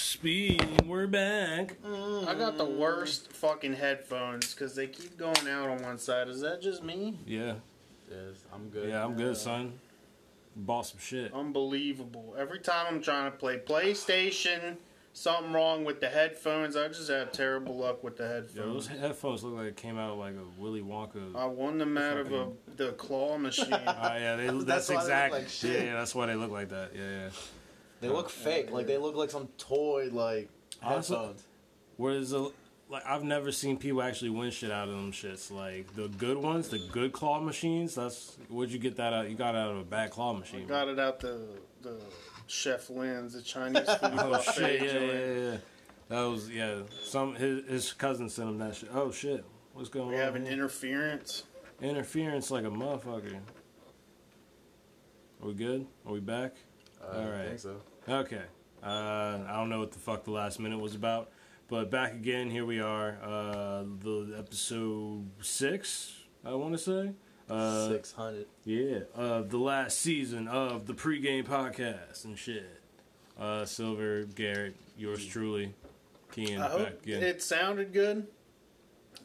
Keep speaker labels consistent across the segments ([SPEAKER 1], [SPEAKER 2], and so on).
[SPEAKER 1] Speed, we're back.
[SPEAKER 2] I got the worst fucking headphones because they keep going out on one side. Is that just me?
[SPEAKER 1] Yeah,
[SPEAKER 3] Yes, I'm good.
[SPEAKER 1] yeah, I'm good, son. Bought some shit.
[SPEAKER 2] Oh, Unbelievable. Every time I'm trying to play PlayStation, something wrong with the headphones. I just have terrible luck with the
[SPEAKER 1] Yo, those
[SPEAKER 2] headphones.
[SPEAKER 1] headphones look like it came out of like a Willy Wonka.
[SPEAKER 2] I won them out of a, the claw machine.
[SPEAKER 1] Oh yeah, they, that's,
[SPEAKER 3] That's why they look
[SPEAKER 1] exactly.
[SPEAKER 3] like shit.
[SPEAKER 1] Yeah, yeah, that's why they look like that. Yeah, yeah.
[SPEAKER 3] They look fake. Like they look like some toy like
[SPEAKER 1] Honestly-
[SPEAKER 3] headphones.
[SPEAKER 1] Whereas, uh, like, I've never seen people actually win shit out of them shits. Like the good ones, the good claw machines. That's where'd you get that out? You got it out of a bad claw machine.
[SPEAKER 2] Got it out the the chef Lin's, the Chinese food
[SPEAKER 1] Oh
[SPEAKER 2] buffet
[SPEAKER 1] shit! Yeah,
[SPEAKER 2] joint.
[SPEAKER 1] yeah, yeah, yeah. That was yeah. Some his, his cousin sent him that shit. Oh shit! What's going
[SPEAKER 2] We
[SPEAKER 1] on?
[SPEAKER 2] have an
[SPEAKER 1] here?
[SPEAKER 2] interference.
[SPEAKER 1] Interference like a motherfucker. Are we good? Are we back?
[SPEAKER 3] Uh, I
[SPEAKER 1] Alright.
[SPEAKER 3] think so.
[SPEAKER 1] Okay. Uh, I don't know what the fuck the last minute was about, but back again. Here we are. Uh, the episode six. I want to say. Uh,
[SPEAKER 3] Six hundred.
[SPEAKER 1] Yeah, of the last season of the pregame podcast and shit. Uh, Silver, Garrett, yours truly, Kean,
[SPEAKER 2] I
[SPEAKER 1] back
[SPEAKER 2] hope
[SPEAKER 1] again.
[SPEAKER 2] it sounded good.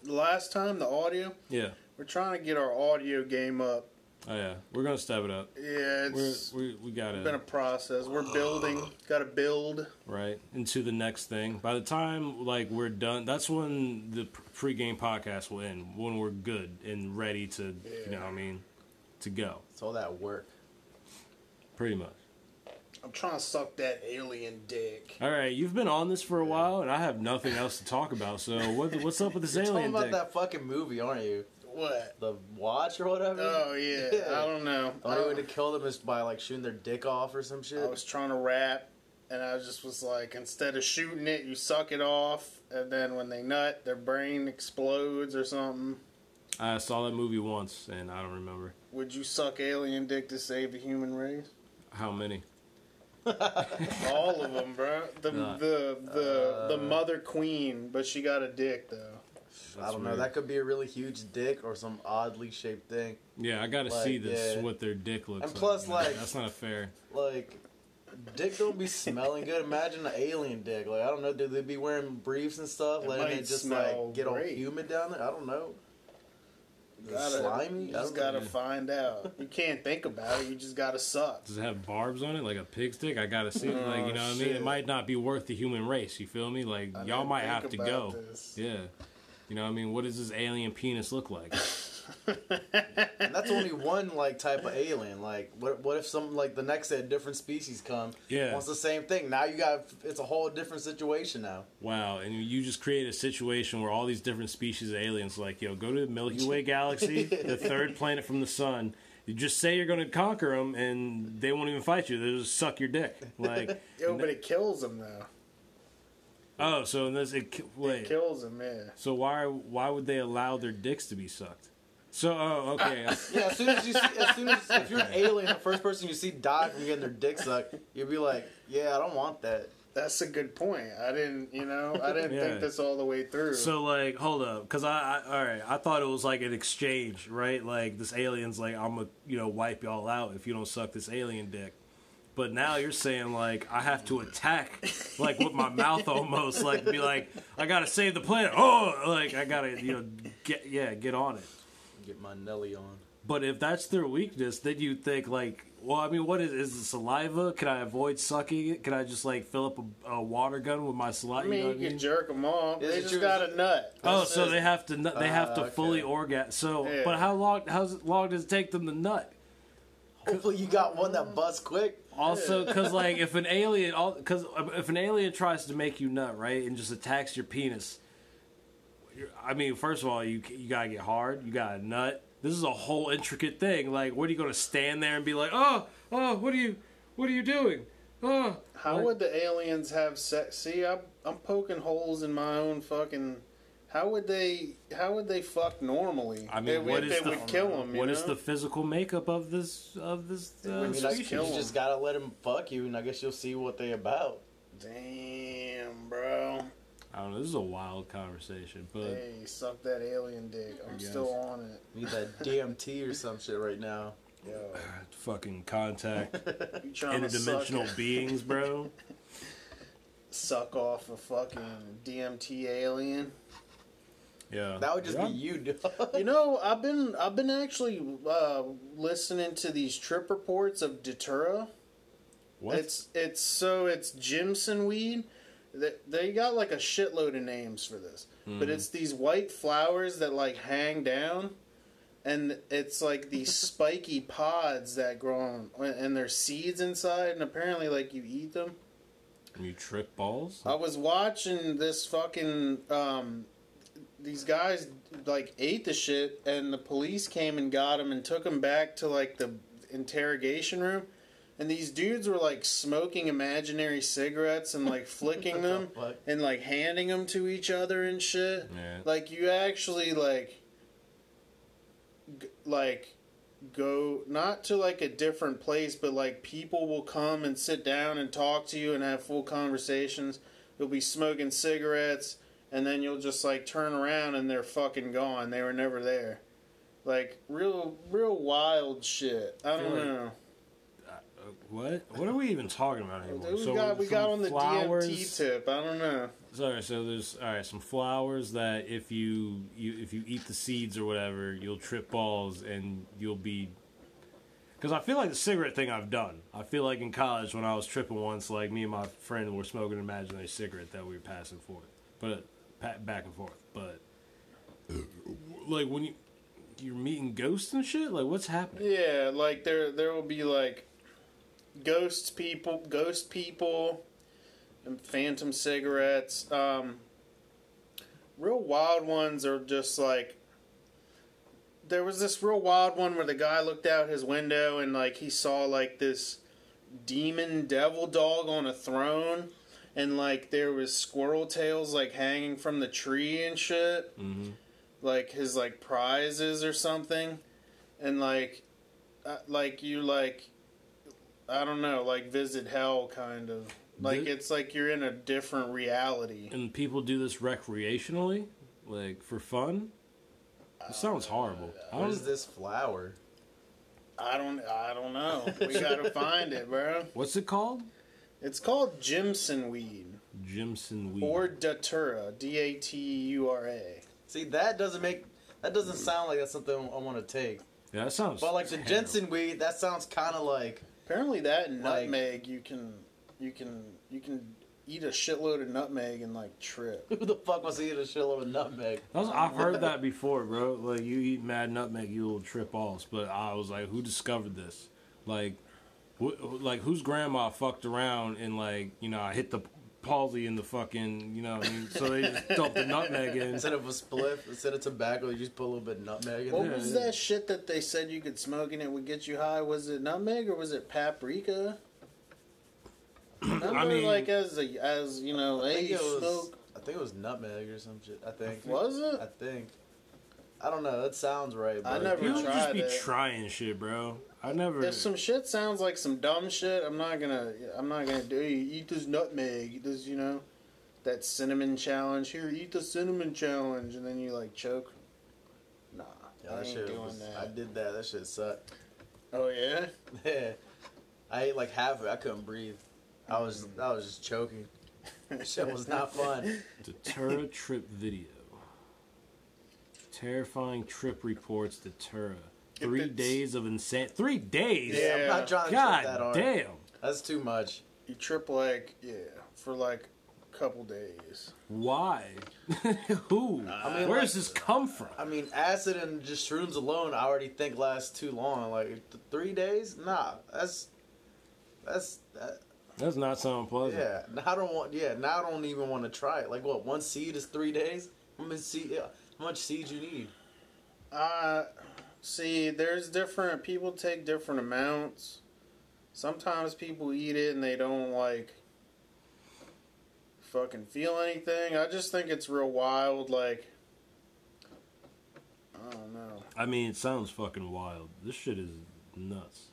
[SPEAKER 2] The last time, the audio.
[SPEAKER 1] yeah,
[SPEAKER 2] We're trying to get our audio game up.
[SPEAKER 1] oh yeah, we're gonna step it up.
[SPEAKER 2] Yeah,
[SPEAKER 1] We're,
[SPEAKER 2] it's
[SPEAKER 1] we we got
[SPEAKER 2] been
[SPEAKER 1] to
[SPEAKER 2] a process. We're building. Got to build.
[SPEAKER 1] right into the next thing. By the time like we're done, that's when the pre- pregame podcast will end. When we're good and ready to, you know, what I mean, to go.
[SPEAKER 3] It's all that work.
[SPEAKER 1] Pretty much.
[SPEAKER 2] I'm trying to suck that alien dick.
[SPEAKER 1] All right, you've been on this for a while, and I have nothing else to talk about. So what what's up with this
[SPEAKER 3] You're talking
[SPEAKER 1] alien
[SPEAKER 3] about
[SPEAKER 1] dick?
[SPEAKER 3] that fucking movie, aren't you?
[SPEAKER 2] What?
[SPEAKER 3] The Watch or whatever.
[SPEAKER 2] Oh yeah. I don't know.
[SPEAKER 3] The only way to
[SPEAKER 2] I,
[SPEAKER 3] kill them is by like shooting their dick off or some shit.
[SPEAKER 2] I was trying to rap, and I just was like, instead of shooting it, you suck it off, and then when they nut, their brain explodes or something.
[SPEAKER 1] I saw that movie once, and I don't remember
[SPEAKER 2] Would you suck alien dick to save the human race?
[SPEAKER 1] how many.
[SPEAKER 2] All of them, bro. The
[SPEAKER 1] Nah.
[SPEAKER 2] the the the mother queen, but she got a dick though.
[SPEAKER 3] I don't know. That could be a really huge dick or some oddly shaped thing.
[SPEAKER 1] Yeah, I gotta
[SPEAKER 3] like,
[SPEAKER 1] see this
[SPEAKER 3] yeah.
[SPEAKER 1] what their dick looks.
[SPEAKER 3] And plus,
[SPEAKER 1] like, man.
[SPEAKER 3] like-
[SPEAKER 1] that's not fair.
[SPEAKER 3] Like, dick don't be smelling good. Imagine an alien dick. Like, I don't know. Do they be wearing briefs and stuff?
[SPEAKER 2] It
[SPEAKER 3] letting
[SPEAKER 2] might
[SPEAKER 3] it just
[SPEAKER 2] smell
[SPEAKER 3] like get all
[SPEAKER 2] great.
[SPEAKER 3] humid down there. I don't know. Is it
[SPEAKER 2] Gotta-
[SPEAKER 3] slimy?
[SPEAKER 2] You
[SPEAKER 3] I
[SPEAKER 2] just
[SPEAKER 3] don't
[SPEAKER 2] gotta
[SPEAKER 3] know.
[SPEAKER 2] find out. You can't think about it. You just gotta suck.
[SPEAKER 1] Does it have barbs on it like a pig's dick? I gotta see.
[SPEAKER 2] Oh,
[SPEAKER 1] like you know what I mean? It
[SPEAKER 2] shit.
[SPEAKER 1] might not be worth the human race. You feel me? Like
[SPEAKER 2] I
[SPEAKER 1] y'all
[SPEAKER 2] didn't
[SPEAKER 1] might
[SPEAKER 2] think
[SPEAKER 1] have to
[SPEAKER 2] about
[SPEAKER 1] go.
[SPEAKER 2] this.
[SPEAKER 1] Yeah. You know what I mean? What does this alien penis look like?
[SPEAKER 3] And that's only one like type of alien. Like, what what if some like the next day a different species come?
[SPEAKER 1] Yeah.
[SPEAKER 3] Wants the same thing. Now you got it's a whole different situation now.
[SPEAKER 1] Wow. And you just create a situation where all these different species of aliens, like yo, go to the Milky Way galaxy, the third planet from the sun. You just say you're gonna conquer them, and they won't even fight you. They will just suck your dick. Like
[SPEAKER 2] Yo, but it kills him though.
[SPEAKER 1] oh, so in this it, ki- wait.
[SPEAKER 2] It kills him, yeah.
[SPEAKER 1] So why why would they allow their dicks to be sucked? So oh okay.
[SPEAKER 3] Yeah, as soon as you see, as soon as if you're an alien, the first person you see die from getting their dick sucked, you'll be like, yeah, I don't want that.
[SPEAKER 2] That's a good point. I didn't, you know, I didn't
[SPEAKER 1] Yeah.
[SPEAKER 2] think this all the way through.
[SPEAKER 1] so like hold up, because I, I all right. I thought it was like an exchange, right? Like this alien's like I'm gonna you know wipe y'all out if you don't suck this alien dick. But now you're saying like I have to attack like with my mouth almost like be like I gotta save the planet. Oh, like I gotta you know get yeah get on it.
[SPEAKER 3] Get my Nelly on.
[SPEAKER 1] But if that's their weakness, then you think like, well, I mean, what is is it saliva? Can I avoid sucking it? Can I just like fill up a, a water gun with my
[SPEAKER 2] I
[SPEAKER 1] saliva?
[SPEAKER 2] mean,
[SPEAKER 1] You know
[SPEAKER 2] you
[SPEAKER 1] what I
[SPEAKER 2] can
[SPEAKER 1] mean?
[SPEAKER 2] jerk them off.
[SPEAKER 3] Yeah,
[SPEAKER 2] they
[SPEAKER 3] the
[SPEAKER 2] just
[SPEAKER 3] truth
[SPEAKER 2] got
[SPEAKER 3] is-
[SPEAKER 2] a nut.
[SPEAKER 1] Oh,
[SPEAKER 2] That's
[SPEAKER 1] so
[SPEAKER 2] it.
[SPEAKER 1] they have to nut- they have to
[SPEAKER 3] Ah, okay.
[SPEAKER 1] fully orgasm. So,
[SPEAKER 2] Yeah.
[SPEAKER 1] but how long how long does it take them to nut?
[SPEAKER 3] Hopefully you got one that busts quick.
[SPEAKER 1] Also, because like if an alien, because if an alien tries to make you nut, right, and just attacks your penis, you're, I mean, first of all, you you gotta get hard, you gotta nut. This is a whole intricate thing. Like, what are you gonna stand there and be like, oh, oh, what are you, what are you doing? Oh,
[SPEAKER 2] How
[SPEAKER 1] Like-
[SPEAKER 2] would the aliens have sex? See, I'm, I'm poking holes in my own fucking. How would they? How would they fuck normally?
[SPEAKER 1] I mean,
[SPEAKER 2] If-
[SPEAKER 1] what
[SPEAKER 2] if
[SPEAKER 1] is
[SPEAKER 2] they
[SPEAKER 1] the-
[SPEAKER 2] would kill them?
[SPEAKER 1] what is the physical makeup of this of this?
[SPEAKER 3] I
[SPEAKER 1] Uh,
[SPEAKER 3] mean,
[SPEAKER 2] Just
[SPEAKER 3] I,
[SPEAKER 2] kill
[SPEAKER 3] you
[SPEAKER 2] 'em.
[SPEAKER 3] just gotta let them fuck you, and I guess you'll see what they about.
[SPEAKER 2] Damn, bro.
[SPEAKER 1] I don't know. This is a wild conversation, but
[SPEAKER 2] Hey, suck that alien dick. I'm
[SPEAKER 1] guess.
[SPEAKER 2] still on it.
[SPEAKER 3] Need that DMT or some shit right now.
[SPEAKER 2] Yo,
[SPEAKER 1] fucking contact
[SPEAKER 2] you trying to suck,
[SPEAKER 1] interdimensional beings, bro.
[SPEAKER 2] suck off a fucking DMT alien.
[SPEAKER 1] Yeah.
[SPEAKER 3] That would just
[SPEAKER 4] Yeah.
[SPEAKER 3] be you, dog.
[SPEAKER 2] You know, I've been I've been actually uh, listening to these trip reports of Datura.
[SPEAKER 4] What?
[SPEAKER 2] It's it's so it's Jimson weed. They, they got like a shitload of names for this,
[SPEAKER 1] Hmm.
[SPEAKER 2] but it's these white flowers that like hang down, and it's like these spiky pods that grow on, and there's seeds inside, and apparently like you eat them.
[SPEAKER 1] you trip balls?
[SPEAKER 2] I was watching this fucking um these guys like ate the shit and the police came and got them and took them back to like the interrogation room and these dudes were like smoking imaginary cigarettes and like flicking them
[SPEAKER 3] fuck?
[SPEAKER 2] and like handing them to each other and shit
[SPEAKER 1] Yeah.
[SPEAKER 2] like you actually like g- like go not to like a different place but like people will come and sit down and talk to you and have full conversations you'll be smoking cigarettes and then you'll just like turn around and they're fucking gone they were never there like real real wild shit i
[SPEAKER 1] feel
[SPEAKER 2] don't
[SPEAKER 1] like-
[SPEAKER 2] know
[SPEAKER 1] Uh, what? What are we even talking about anymore?
[SPEAKER 2] we got we got
[SPEAKER 1] some
[SPEAKER 2] on the
[SPEAKER 1] flowers-
[SPEAKER 2] dmt tip i don't know
[SPEAKER 1] Sorry, so there's all right. Some flowers that if you, you if you eat the seeds or whatever, you'll trip balls and you'll be. Because I feel like the cigarette thing I've done. I feel like in college when I was tripping once, like me and my friend were smoking an imaginary cigarette that we were passing forth, but pa- back and forth. But like when you you're meeting ghosts and shit, like what's happening?
[SPEAKER 2] Yeah, like there there will be like ghosts people, ghost people, and phantom cigarettes. Um real wild ones are just like there was this real wild one where the guy looked out his window and like he saw like this demon devil dog on a throne and like there was squirrel tails like hanging from the tree and shit
[SPEAKER 1] Mm-hmm.
[SPEAKER 2] like his like prizes or something, and like, uh, like you like, I don't know, like visit hell kind of. Like
[SPEAKER 1] The-
[SPEAKER 2] it's like you're in a different reality.
[SPEAKER 1] And people do this recreationally, like for fun. It sounds horrible. I
[SPEAKER 3] Uh, What
[SPEAKER 1] don't-
[SPEAKER 3] is this flower?
[SPEAKER 2] I don't, I don't know. We gotta find it, bro.
[SPEAKER 1] What's it called?
[SPEAKER 2] It's called Jimson weed
[SPEAKER 1] Jimson weed.
[SPEAKER 2] or datura, D A T U R A.
[SPEAKER 3] See, that doesn't make that doesn't
[SPEAKER 2] Mm.
[SPEAKER 3] sound like that's something I want to take.
[SPEAKER 1] yeah, that sounds.
[SPEAKER 3] But like the
[SPEAKER 1] terrible.
[SPEAKER 3] Jensen weed, that sounds kind of like
[SPEAKER 2] Apparently, that and
[SPEAKER 3] Like-
[SPEAKER 2] nutmeg you can, you can, you can eat a shitload of nutmeg and like trip.
[SPEAKER 3] who the fuck wants to eat a shitload of nutmeg?
[SPEAKER 2] Oh,
[SPEAKER 1] That's- I've heard that before, bro. Like you eat mad nutmeg, you will trip balls. But I was like, who discovered this? Like, wh- like whose grandma fucked around and like you know I hit the palsy in the fucking you know what I mean? so they just dumped the nutmeg in.
[SPEAKER 3] Instead of a spliff, instead of tobacco, you just put a little bit of nutmeg in
[SPEAKER 2] What
[SPEAKER 3] there.
[SPEAKER 2] was that shit that they said you could smoke and it would get you high? Was it nutmeg or was it paprika? Remember,
[SPEAKER 1] I mean-
[SPEAKER 2] like as a, as you know,
[SPEAKER 3] I
[SPEAKER 2] hey,
[SPEAKER 3] think
[SPEAKER 2] you
[SPEAKER 3] it was.
[SPEAKER 2] smoke.
[SPEAKER 3] I think it was nutmeg or some shit. I think.
[SPEAKER 2] Was
[SPEAKER 3] I
[SPEAKER 2] it?
[SPEAKER 3] think. I don't know. That sounds right. But
[SPEAKER 2] I never
[SPEAKER 1] People just
[SPEAKER 2] tried
[SPEAKER 1] be
[SPEAKER 2] it.
[SPEAKER 1] trying shit, bro. I never.
[SPEAKER 2] If some shit sounds like some dumb shit, I'm not gonna. I'm not gonna do. Hey, eat this nutmeg. Eat this, you know, that cinnamon challenge. Here, eat the cinnamon challenge, and then you like choke. Nah,
[SPEAKER 3] Yeah,
[SPEAKER 2] I
[SPEAKER 3] that
[SPEAKER 2] ain't
[SPEAKER 3] shit
[SPEAKER 2] doing
[SPEAKER 3] was,
[SPEAKER 2] that.
[SPEAKER 3] I did that. That shit sucked.
[SPEAKER 2] Oh yeah.
[SPEAKER 3] Yeah. I ate like half of it. I couldn't breathe. I was
[SPEAKER 2] Mm.
[SPEAKER 3] I was just choking. Shit was not fun.
[SPEAKER 1] Datura trip video. Terrifying trip reports. Datura.
[SPEAKER 2] If
[SPEAKER 1] Three
[SPEAKER 2] it's-
[SPEAKER 1] days of insane. Three days.
[SPEAKER 2] Yeah.
[SPEAKER 3] I'm not trying to trip that
[SPEAKER 1] God
[SPEAKER 3] hard.
[SPEAKER 1] damn.
[SPEAKER 3] That's too much.
[SPEAKER 2] You trip like yeah for like a couple days.
[SPEAKER 1] Why? Who?
[SPEAKER 3] mean,
[SPEAKER 1] Where
[SPEAKER 3] like-
[SPEAKER 1] does this come from?
[SPEAKER 3] I mean, acid and just shrooms alone, I already think lasts too long. Like th- three days? Nah, that's that's that,
[SPEAKER 1] That's not sound pleasant.
[SPEAKER 3] yeah. Now I don't want. Yeah, now I don't even want to try it. Like what? One seed is three days. How much seed? yeah, How much seed you need?
[SPEAKER 2] Uh, see, there's different people take different amounts. Sometimes people eat it and they don't like fucking feel anything. I just think it's real wild. Like, I don't know.
[SPEAKER 1] I mean, it sounds fucking wild. This shit is nuts.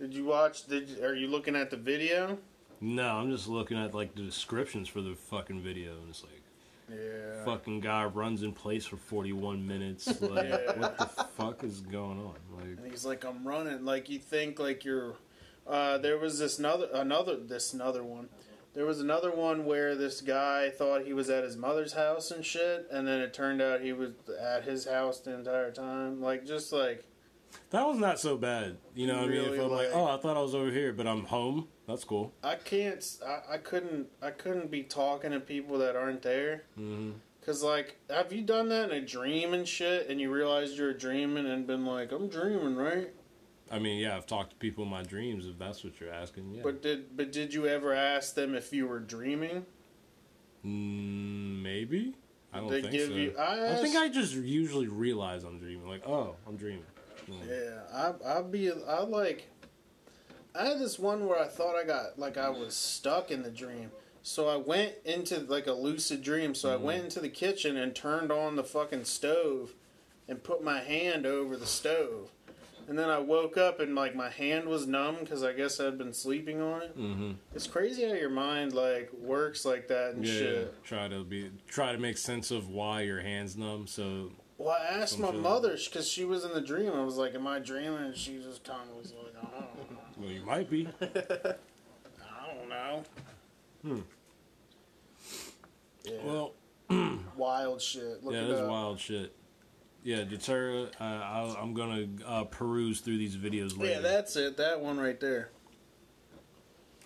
[SPEAKER 2] Did you watch? Did are you looking at the video?
[SPEAKER 1] No, I'm just looking at like the descriptions for the fucking video, and it's like
[SPEAKER 2] Yeah.
[SPEAKER 1] fucking guy runs in place for 41 minutes. Like,
[SPEAKER 2] Yeah.
[SPEAKER 1] what the fuck is going on? Like,
[SPEAKER 2] And he's like, I'm running. Like you think like you're. Uh, there was this another another this another one. There was another one where this guy thought he was at his mother's house and shit, and then it turned out he was at his house the entire time. Like, just like,
[SPEAKER 1] That was not so bad. You know what I mean?
[SPEAKER 2] Really,
[SPEAKER 1] If I'm like,
[SPEAKER 2] like-
[SPEAKER 1] oh, I thought I was over here, but I'm home. That's cool.
[SPEAKER 2] I can't, s- I, I couldn't, I couldn't be talking to people that aren't there.
[SPEAKER 1] Mm-hmm.
[SPEAKER 2] Cause like, have you done that in a dream and shit, and you realized you're dreaming and been like, I'm dreaming, right?
[SPEAKER 1] I mean, yeah, I've talked to people in my dreams if that's what you're asking. Yeah.
[SPEAKER 2] But did, but did you ever ask them if you were dreaming?
[SPEAKER 1] Mm, maybe? I don't
[SPEAKER 2] They
[SPEAKER 1] think
[SPEAKER 2] give
[SPEAKER 1] so.
[SPEAKER 2] you- I
[SPEAKER 1] I, think
[SPEAKER 2] asked-
[SPEAKER 1] I just usually realize I'm dreaming. Like, oh, I'm dreaming. Mm.
[SPEAKER 2] Yeah, I I be I like I had this one where I thought I got like I was stuck in the dream. So I went into like a lucid dream. So I went into the kitchen and turned on the fucking stove and put my hand over the stove. And then I woke up and like my hand was numb cuz I guess I'd been sleeping on it.
[SPEAKER 1] Mhm.
[SPEAKER 2] It's crazy how your mind like works like that and
[SPEAKER 1] Yeah,
[SPEAKER 2] shit.
[SPEAKER 1] try to be try to make sense of why your hands numb. So
[SPEAKER 2] Well, I asked
[SPEAKER 1] Some
[SPEAKER 2] my
[SPEAKER 1] shit.
[SPEAKER 2] mother cuz she was in the dream. I was like, "Am I dreaming?" And she just kind of was like, "I don't know."
[SPEAKER 1] well, you might be.
[SPEAKER 2] I don't know. Hmm. Yeah.
[SPEAKER 1] well,
[SPEAKER 2] wild shit. Look
[SPEAKER 1] yeah,
[SPEAKER 2] it
[SPEAKER 1] that's
[SPEAKER 2] up.
[SPEAKER 1] wild shit. Yeah, deter. Uh, I, I'm gonna uh, peruse through these videos later.
[SPEAKER 2] Yeah, that's it. That one right there.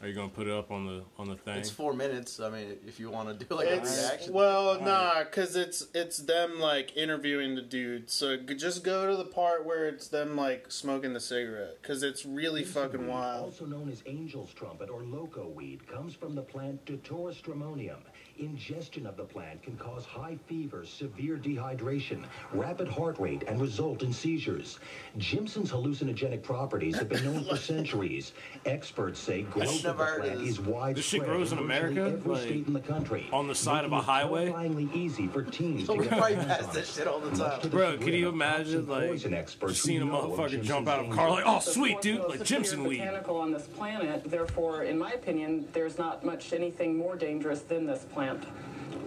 [SPEAKER 1] Are you gonna put it up on the on the thing?
[SPEAKER 3] It's four minutes. I mean, if you want to do like a
[SPEAKER 2] It's
[SPEAKER 3] reaction,
[SPEAKER 2] well, nah, cause it's it's them like interviewing the dude. So g- just go to the part where it's them like smoking the cigarette, cause it's really fucking
[SPEAKER 4] Weed,
[SPEAKER 2] wild.
[SPEAKER 4] Also known as angel's trumpet or loco weed, comes from the plant Deuterostromium. Ingestion of the plant can cause high fever, severe dehydration, rapid heart rate, and result in seizures. Jimson's hallucinogenic properties have been known for centuries. Experts say growth of
[SPEAKER 3] never
[SPEAKER 4] the
[SPEAKER 3] heard of
[SPEAKER 4] plant
[SPEAKER 3] this.
[SPEAKER 4] is widespread.
[SPEAKER 1] shit grows in
[SPEAKER 4] virtually
[SPEAKER 1] America?
[SPEAKER 4] Every
[SPEAKER 1] Like,
[SPEAKER 4] state in the country.
[SPEAKER 1] on the side of a
[SPEAKER 4] making it
[SPEAKER 1] highway?
[SPEAKER 4] Terrifyingly easy for teens to
[SPEAKER 3] we
[SPEAKER 4] get their
[SPEAKER 3] probably
[SPEAKER 4] hands
[SPEAKER 3] pass
[SPEAKER 4] on
[SPEAKER 3] that
[SPEAKER 4] it.
[SPEAKER 3] shit all the
[SPEAKER 4] Much
[SPEAKER 3] time.
[SPEAKER 4] to the
[SPEAKER 1] Bro,
[SPEAKER 4] chagrin
[SPEAKER 1] can you
[SPEAKER 4] of cops
[SPEAKER 1] imagine
[SPEAKER 4] and
[SPEAKER 1] like
[SPEAKER 4] poison experts
[SPEAKER 1] seeing a
[SPEAKER 4] who know of
[SPEAKER 1] motherfucker
[SPEAKER 4] Jimson's
[SPEAKER 1] jump out of a
[SPEAKER 4] danger.
[SPEAKER 1] car like, oh
[SPEAKER 5] the
[SPEAKER 1] sweet
[SPEAKER 5] fourth
[SPEAKER 1] dude,
[SPEAKER 5] most
[SPEAKER 1] like
[SPEAKER 5] superior
[SPEAKER 1] Jimson weed.
[SPEAKER 5] Botanical on this planet. Therefore, in my opinion, there's not much anything more dangerous than this plant.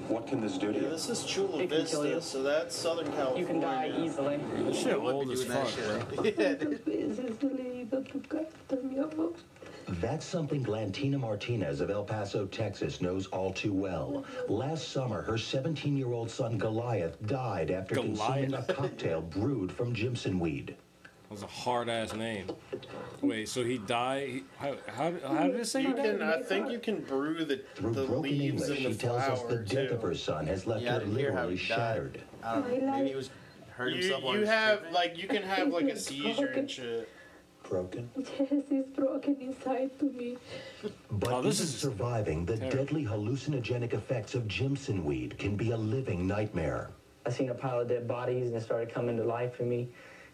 [SPEAKER 6] What can this do to
[SPEAKER 2] Yeah,
[SPEAKER 6] you?
[SPEAKER 2] this is Chula
[SPEAKER 5] It can kill
[SPEAKER 2] Vista,
[SPEAKER 5] you.
[SPEAKER 2] so that's Southern California.
[SPEAKER 5] You can die easily.
[SPEAKER 1] This shit old as
[SPEAKER 3] doing
[SPEAKER 1] fuck,
[SPEAKER 3] that
[SPEAKER 1] bro.
[SPEAKER 3] shit. Yeah, dude.
[SPEAKER 4] That's something Glantina Martinez of El Paso, Texas knows all too well. Last summer, her 17 year old son Goliath died after consuming a cocktail brewed from Jimson weed.
[SPEAKER 1] That was a hard ass name. Wait, so he died? He, how, how, how did it say he
[SPEAKER 2] You can,
[SPEAKER 1] died?
[SPEAKER 2] I think you can brew the
[SPEAKER 4] Through
[SPEAKER 2] the
[SPEAKER 4] broken
[SPEAKER 2] leaves
[SPEAKER 4] English,
[SPEAKER 2] and the
[SPEAKER 4] she tells us the
[SPEAKER 2] flower
[SPEAKER 4] death of her
[SPEAKER 2] too.
[SPEAKER 4] son has left
[SPEAKER 3] Yeah, I
[SPEAKER 4] her
[SPEAKER 3] didn't hear how
[SPEAKER 4] literally
[SPEAKER 3] he
[SPEAKER 4] shattered.
[SPEAKER 3] died. I don't know. Um, Maybe he was hurt
[SPEAKER 2] You,
[SPEAKER 3] himself. while
[SPEAKER 2] you
[SPEAKER 3] he was
[SPEAKER 2] have
[SPEAKER 3] tripping.
[SPEAKER 2] like you can have like a seizure and shit.
[SPEAKER 4] Broken?
[SPEAKER 7] Yes, it's broken inside to me.
[SPEAKER 4] But
[SPEAKER 1] Oh, this
[SPEAKER 4] even
[SPEAKER 1] is
[SPEAKER 4] surviving the
[SPEAKER 1] terrible.
[SPEAKER 4] deadly hallucinogenic effects of Jimson weed can be a living nightmare.
[SPEAKER 8] I seen a pile of dead bodies and it started coming to life for me.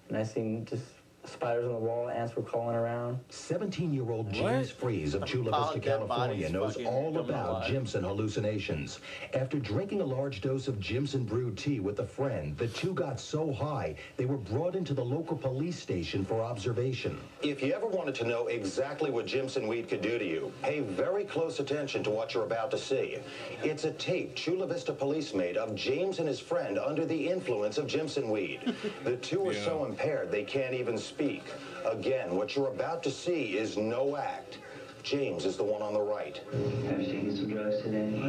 [SPEAKER 8] And I seen just spiders on the wall, ants were crawling around.
[SPEAKER 4] 17-year-old James Freeze of Chula Vista,
[SPEAKER 3] Found dead
[SPEAKER 4] California
[SPEAKER 3] bodies
[SPEAKER 4] knows
[SPEAKER 3] fucking
[SPEAKER 4] all
[SPEAKER 3] coming
[SPEAKER 4] about
[SPEAKER 3] alive.
[SPEAKER 4] Jimson hallucinations. After drinking a large dose of Jimson brewed tea with a friend, the two got so high they were brought into the local police station for observation. If you ever wanted to know exactly what Jimson weed could do to you, pay very close attention to what you're about to see. It's a tape Chula Vista police made of James and his friend under the influence of Jimson weed. The two are
[SPEAKER 1] Yeah.
[SPEAKER 4] so impaired they can't even speak. Again, what you're about to see is no act. James is the one on the right.
[SPEAKER 9] I've seen some drugs today.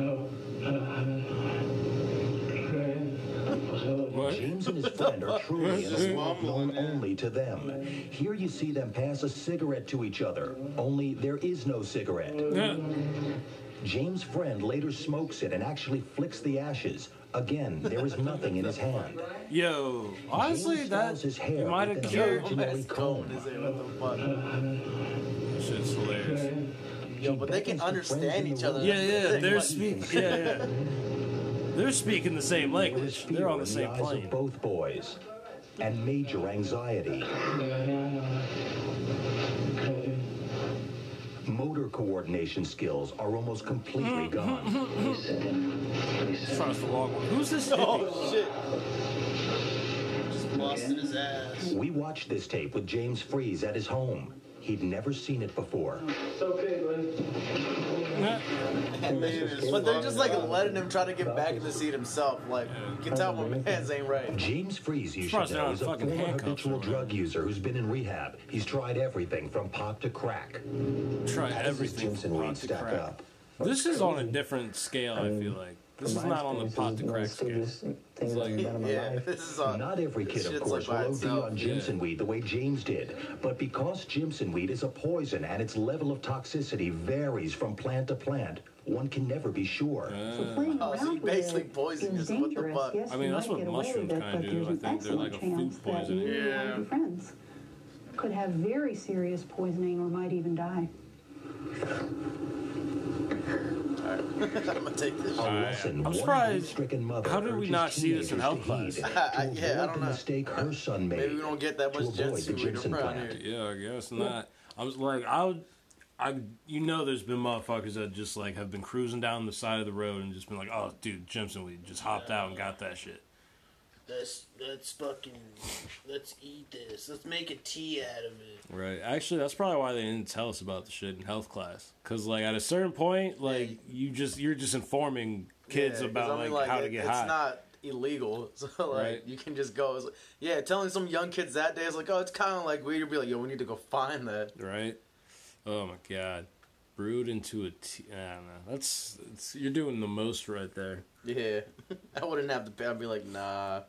[SPEAKER 1] What?
[SPEAKER 4] James and his friend are truly in a world known
[SPEAKER 2] Mumbling, yeah.
[SPEAKER 4] only to them. Here you see them pass a cigarette to each other, only there is no cigarette.
[SPEAKER 1] Yeah.
[SPEAKER 4] James' friend later smokes it and actually flicks the ashes. Again, there is nothing in his hand.
[SPEAKER 1] Yo, honestly,
[SPEAKER 4] James
[SPEAKER 1] that
[SPEAKER 4] styles his hair
[SPEAKER 1] you might have
[SPEAKER 4] with an
[SPEAKER 1] cured.
[SPEAKER 4] arrow.
[SPEAKER 3] Yo, that's cold, is it? What the fuck?
[SPEAKER 1] That Shit's hilarious.
[SPEAKER 3] Yo, but they can understand each other.
[SPEAKER 1] Yeah, yeah, they're
[SPEAKER 3] Like,
[SPEAKER 1] speaking. Yeah, yeah. They're speaking the same
[SPEAKER 4] There is
[SPEAKER 1] language.
[SPEAKER 4] fear
[SPEAKER 1] They're on
[SPEAKER 4] in
[SPEAKER 1] the same
[SPEAKER 4] eyes
[SPEAKER 1] plane.
[SPEAKER 4] of both boys, and major anxiety. Motor coordination skills are almost completely gone.
[SPEAKER 1] Tries to walk. Who's this?
[SPEAKER 2] Oh shit! Just busting his ass.
[SPEAKER 4] We watched this tape with James Freeze at his home. He'd never seen it before.
[SPEAKER 1] hippie?
[SPEAKER 3] But they're just like letting him try to get back in the seat himself. Like you can tell my man's ain't right.
[SPEAKER 4] James Freeze, you
[SPEAKER 1] Surprised
[SPEAKER 4] should
[SPEAKER 1] they're
[SPEAKER 4] know,
[SPEAKER 1] not
[SPEAKER 4] is a
[SPEAKER 1] fucking
[SPEAKER 4] former
[SPEAKER 1] handcuffs or
[SPEAKER 4] habitual
[SPEAKER 1] whatever.
[SPEAKER 4] drug user who's been in rehab. He's tried everything from pop to crack.
[SPEAKER 1] Try
[SPEAKER 4] How does this
[SPEAKER 1] everything.
[SPEAKER 4] Jimson
[SPEAKER 1] from
[SPEAKER 4] weed
[SPEAKER 1] pot to
[SPEAKER 4] stack
[SPEAKER 1] crack.
[SPEAKER 4] up?
[SPEAKER 1] This is on a different scale. I
[SPEAKER 8] mean,
[SPEAKER 1] feel like this
[SPEAKER 8] From
[SPEAKER 1] is
[SPEAKER 8] my
[SPEAKER 1] not on the
[SPEAKER 8] experience,
[SPEAKER 1] pot
[SPEAKER 8] this is
[SPEAKER 1] to
[SPEAKER 8] one of the
[SPEAKER 1] crack scale.
[SPEAKER 8] stupidest things
[SPEAKER 1] It's
[SPEAKER 8] I've
[SPEAKER 1] like-
[SPEAKER 8] ever done in my
[SPEAKER 3] Yeah,
[SPEAKER 8] life.
[SPEAKER 3] this is on.
[SPEAKER 4] Not every kid,
[SPEAKER 3] this
[SPEAKER 4] of
[SPEAKER 3] shit's, like,
[SPEAKER 4] course,
[SPEAKER 3] by
[SPEAKER 4] will OD
[SPEAKER 3] itself.
[SPEAKER 4] on Jimson weed the way James did, but because Jimson weed is a poison and its level of toxicity varies from plant to plant, one can never be sure.
[SPEAKER 6] So playing
[SPEAKER 3] Oh, so you
[SPEAKER 6] around with
[SPEAKER 3] basically
[SPEAKER 6] it
[SPEAKER 3] poison
[SPEAKER 6] is
[SPEAKER 3] us, what the
[SPEAKER 6] dangerous.
[SPEAKER 3] fuck?
[SPEAKER 6] Yes,
[SPEAKER 1] I mean,
[SPEAKER 6] you
[SPEAKER 1] that's
[SPEAKER 6] might
[SPEAKER 1] what
[SPEAKER 6] get away
[SPEAKER 1] mushrooms
[SPEAKER 6] with it,
[SPEAKER 1] kinda do.
[SPEAKER 6] but there's
[SPEAKER 1] I
[SPEAKER 6] an
[SPEAKER 1] think they're like
[SPEAKER 6] excellent
[SPEAKER 1] a food
[SPEAKER 6] chance that
[SPEAKER 1] poisoning.
[SPEAKER 6] you and
[SPEAKER 2] Yeah.
[SPEAKER 6] your friends could have very serious poisoning or might even die.
[SPEAKER 3] I'm gonna take this.
[SPEAKER 4] A
[SPEAKER 3] shit.
[SPEAKER 4] lesson
[SPEAKER 1] I'm
[SPEAKER 4] one
[SPEAKER 1] surprised-
[SPEAKER 4] grief-stricken mother
[SPEAKER 1] how did we
[SPEAKER 4] urges
[SPEAKER 1] not see this in
[SPEAKER 4] teenagers to
[SPEAKER 1] health
[SPEAKER 4] heed
[SPEAKER 1] class?
[SPEAKER 4] to
[SPEAKER 3] Yeah, I
[SPEAKER 4] avoid
[SPEAKER 3] don't
[SPEAKER 4] the
[SPEAKER 3] know.
[SPEAKER 4] mistake her son made.
[SPEAKER 3] Maybe we don't get that
[SPEAKER 4] to
[SPEAKER 3] much
[SPEAKER 4] avoid the
[SPEAKER 3] Jetsu weed
[SPEAKER 4] Jimson
[SPEAKER 3] around
[SPEAKER 4] plant.
[SPEAKER 3] here.
[SPEAKER 1] Yeah, I guess not. I was like, I, would, I, you know, there's been motherfuckers that just like have been cruising down the side of the road and just been like, oh, dude, Jimson, we just hopped out and got that shit.
[SPEAKER 2] Let's let's fucking let's eat this. Let's make a tea out of it.
[SPEAKER 1] Right. Actually, that's probably why they didn't tell us about the shit in health class. Cause like at a certain point, like you just you're just informing kids
[SPEAKER 3] Yeah, 'cause
[SPEAKER 1] about
[SPEAKER 3] I
[SPEAKER 1] like,
[SPEAKER 3] mean,
[SPEAKER 1] how to
[SPEAKER 3] it-
[SPEAKER 1] get
[SPEAKER 3] it's
[SPEAKER 1] high.
[SPEAKER 3] not illegal, so like
[SPEAKER 1] Right.
[SPEAKER 3] you can just go. It's like- yeah, telling some young kids that day is like, oh, it's kind of like weed. You'd be like, yo, we need to go find that.
[SPEAKER 1] Right. Oh my god. Brewed into a tea. I don't know. That's it's, you're doing the most right there.
[SPEAKER 3] Yeah, I wouldn't have to pay. I'd be like, nah,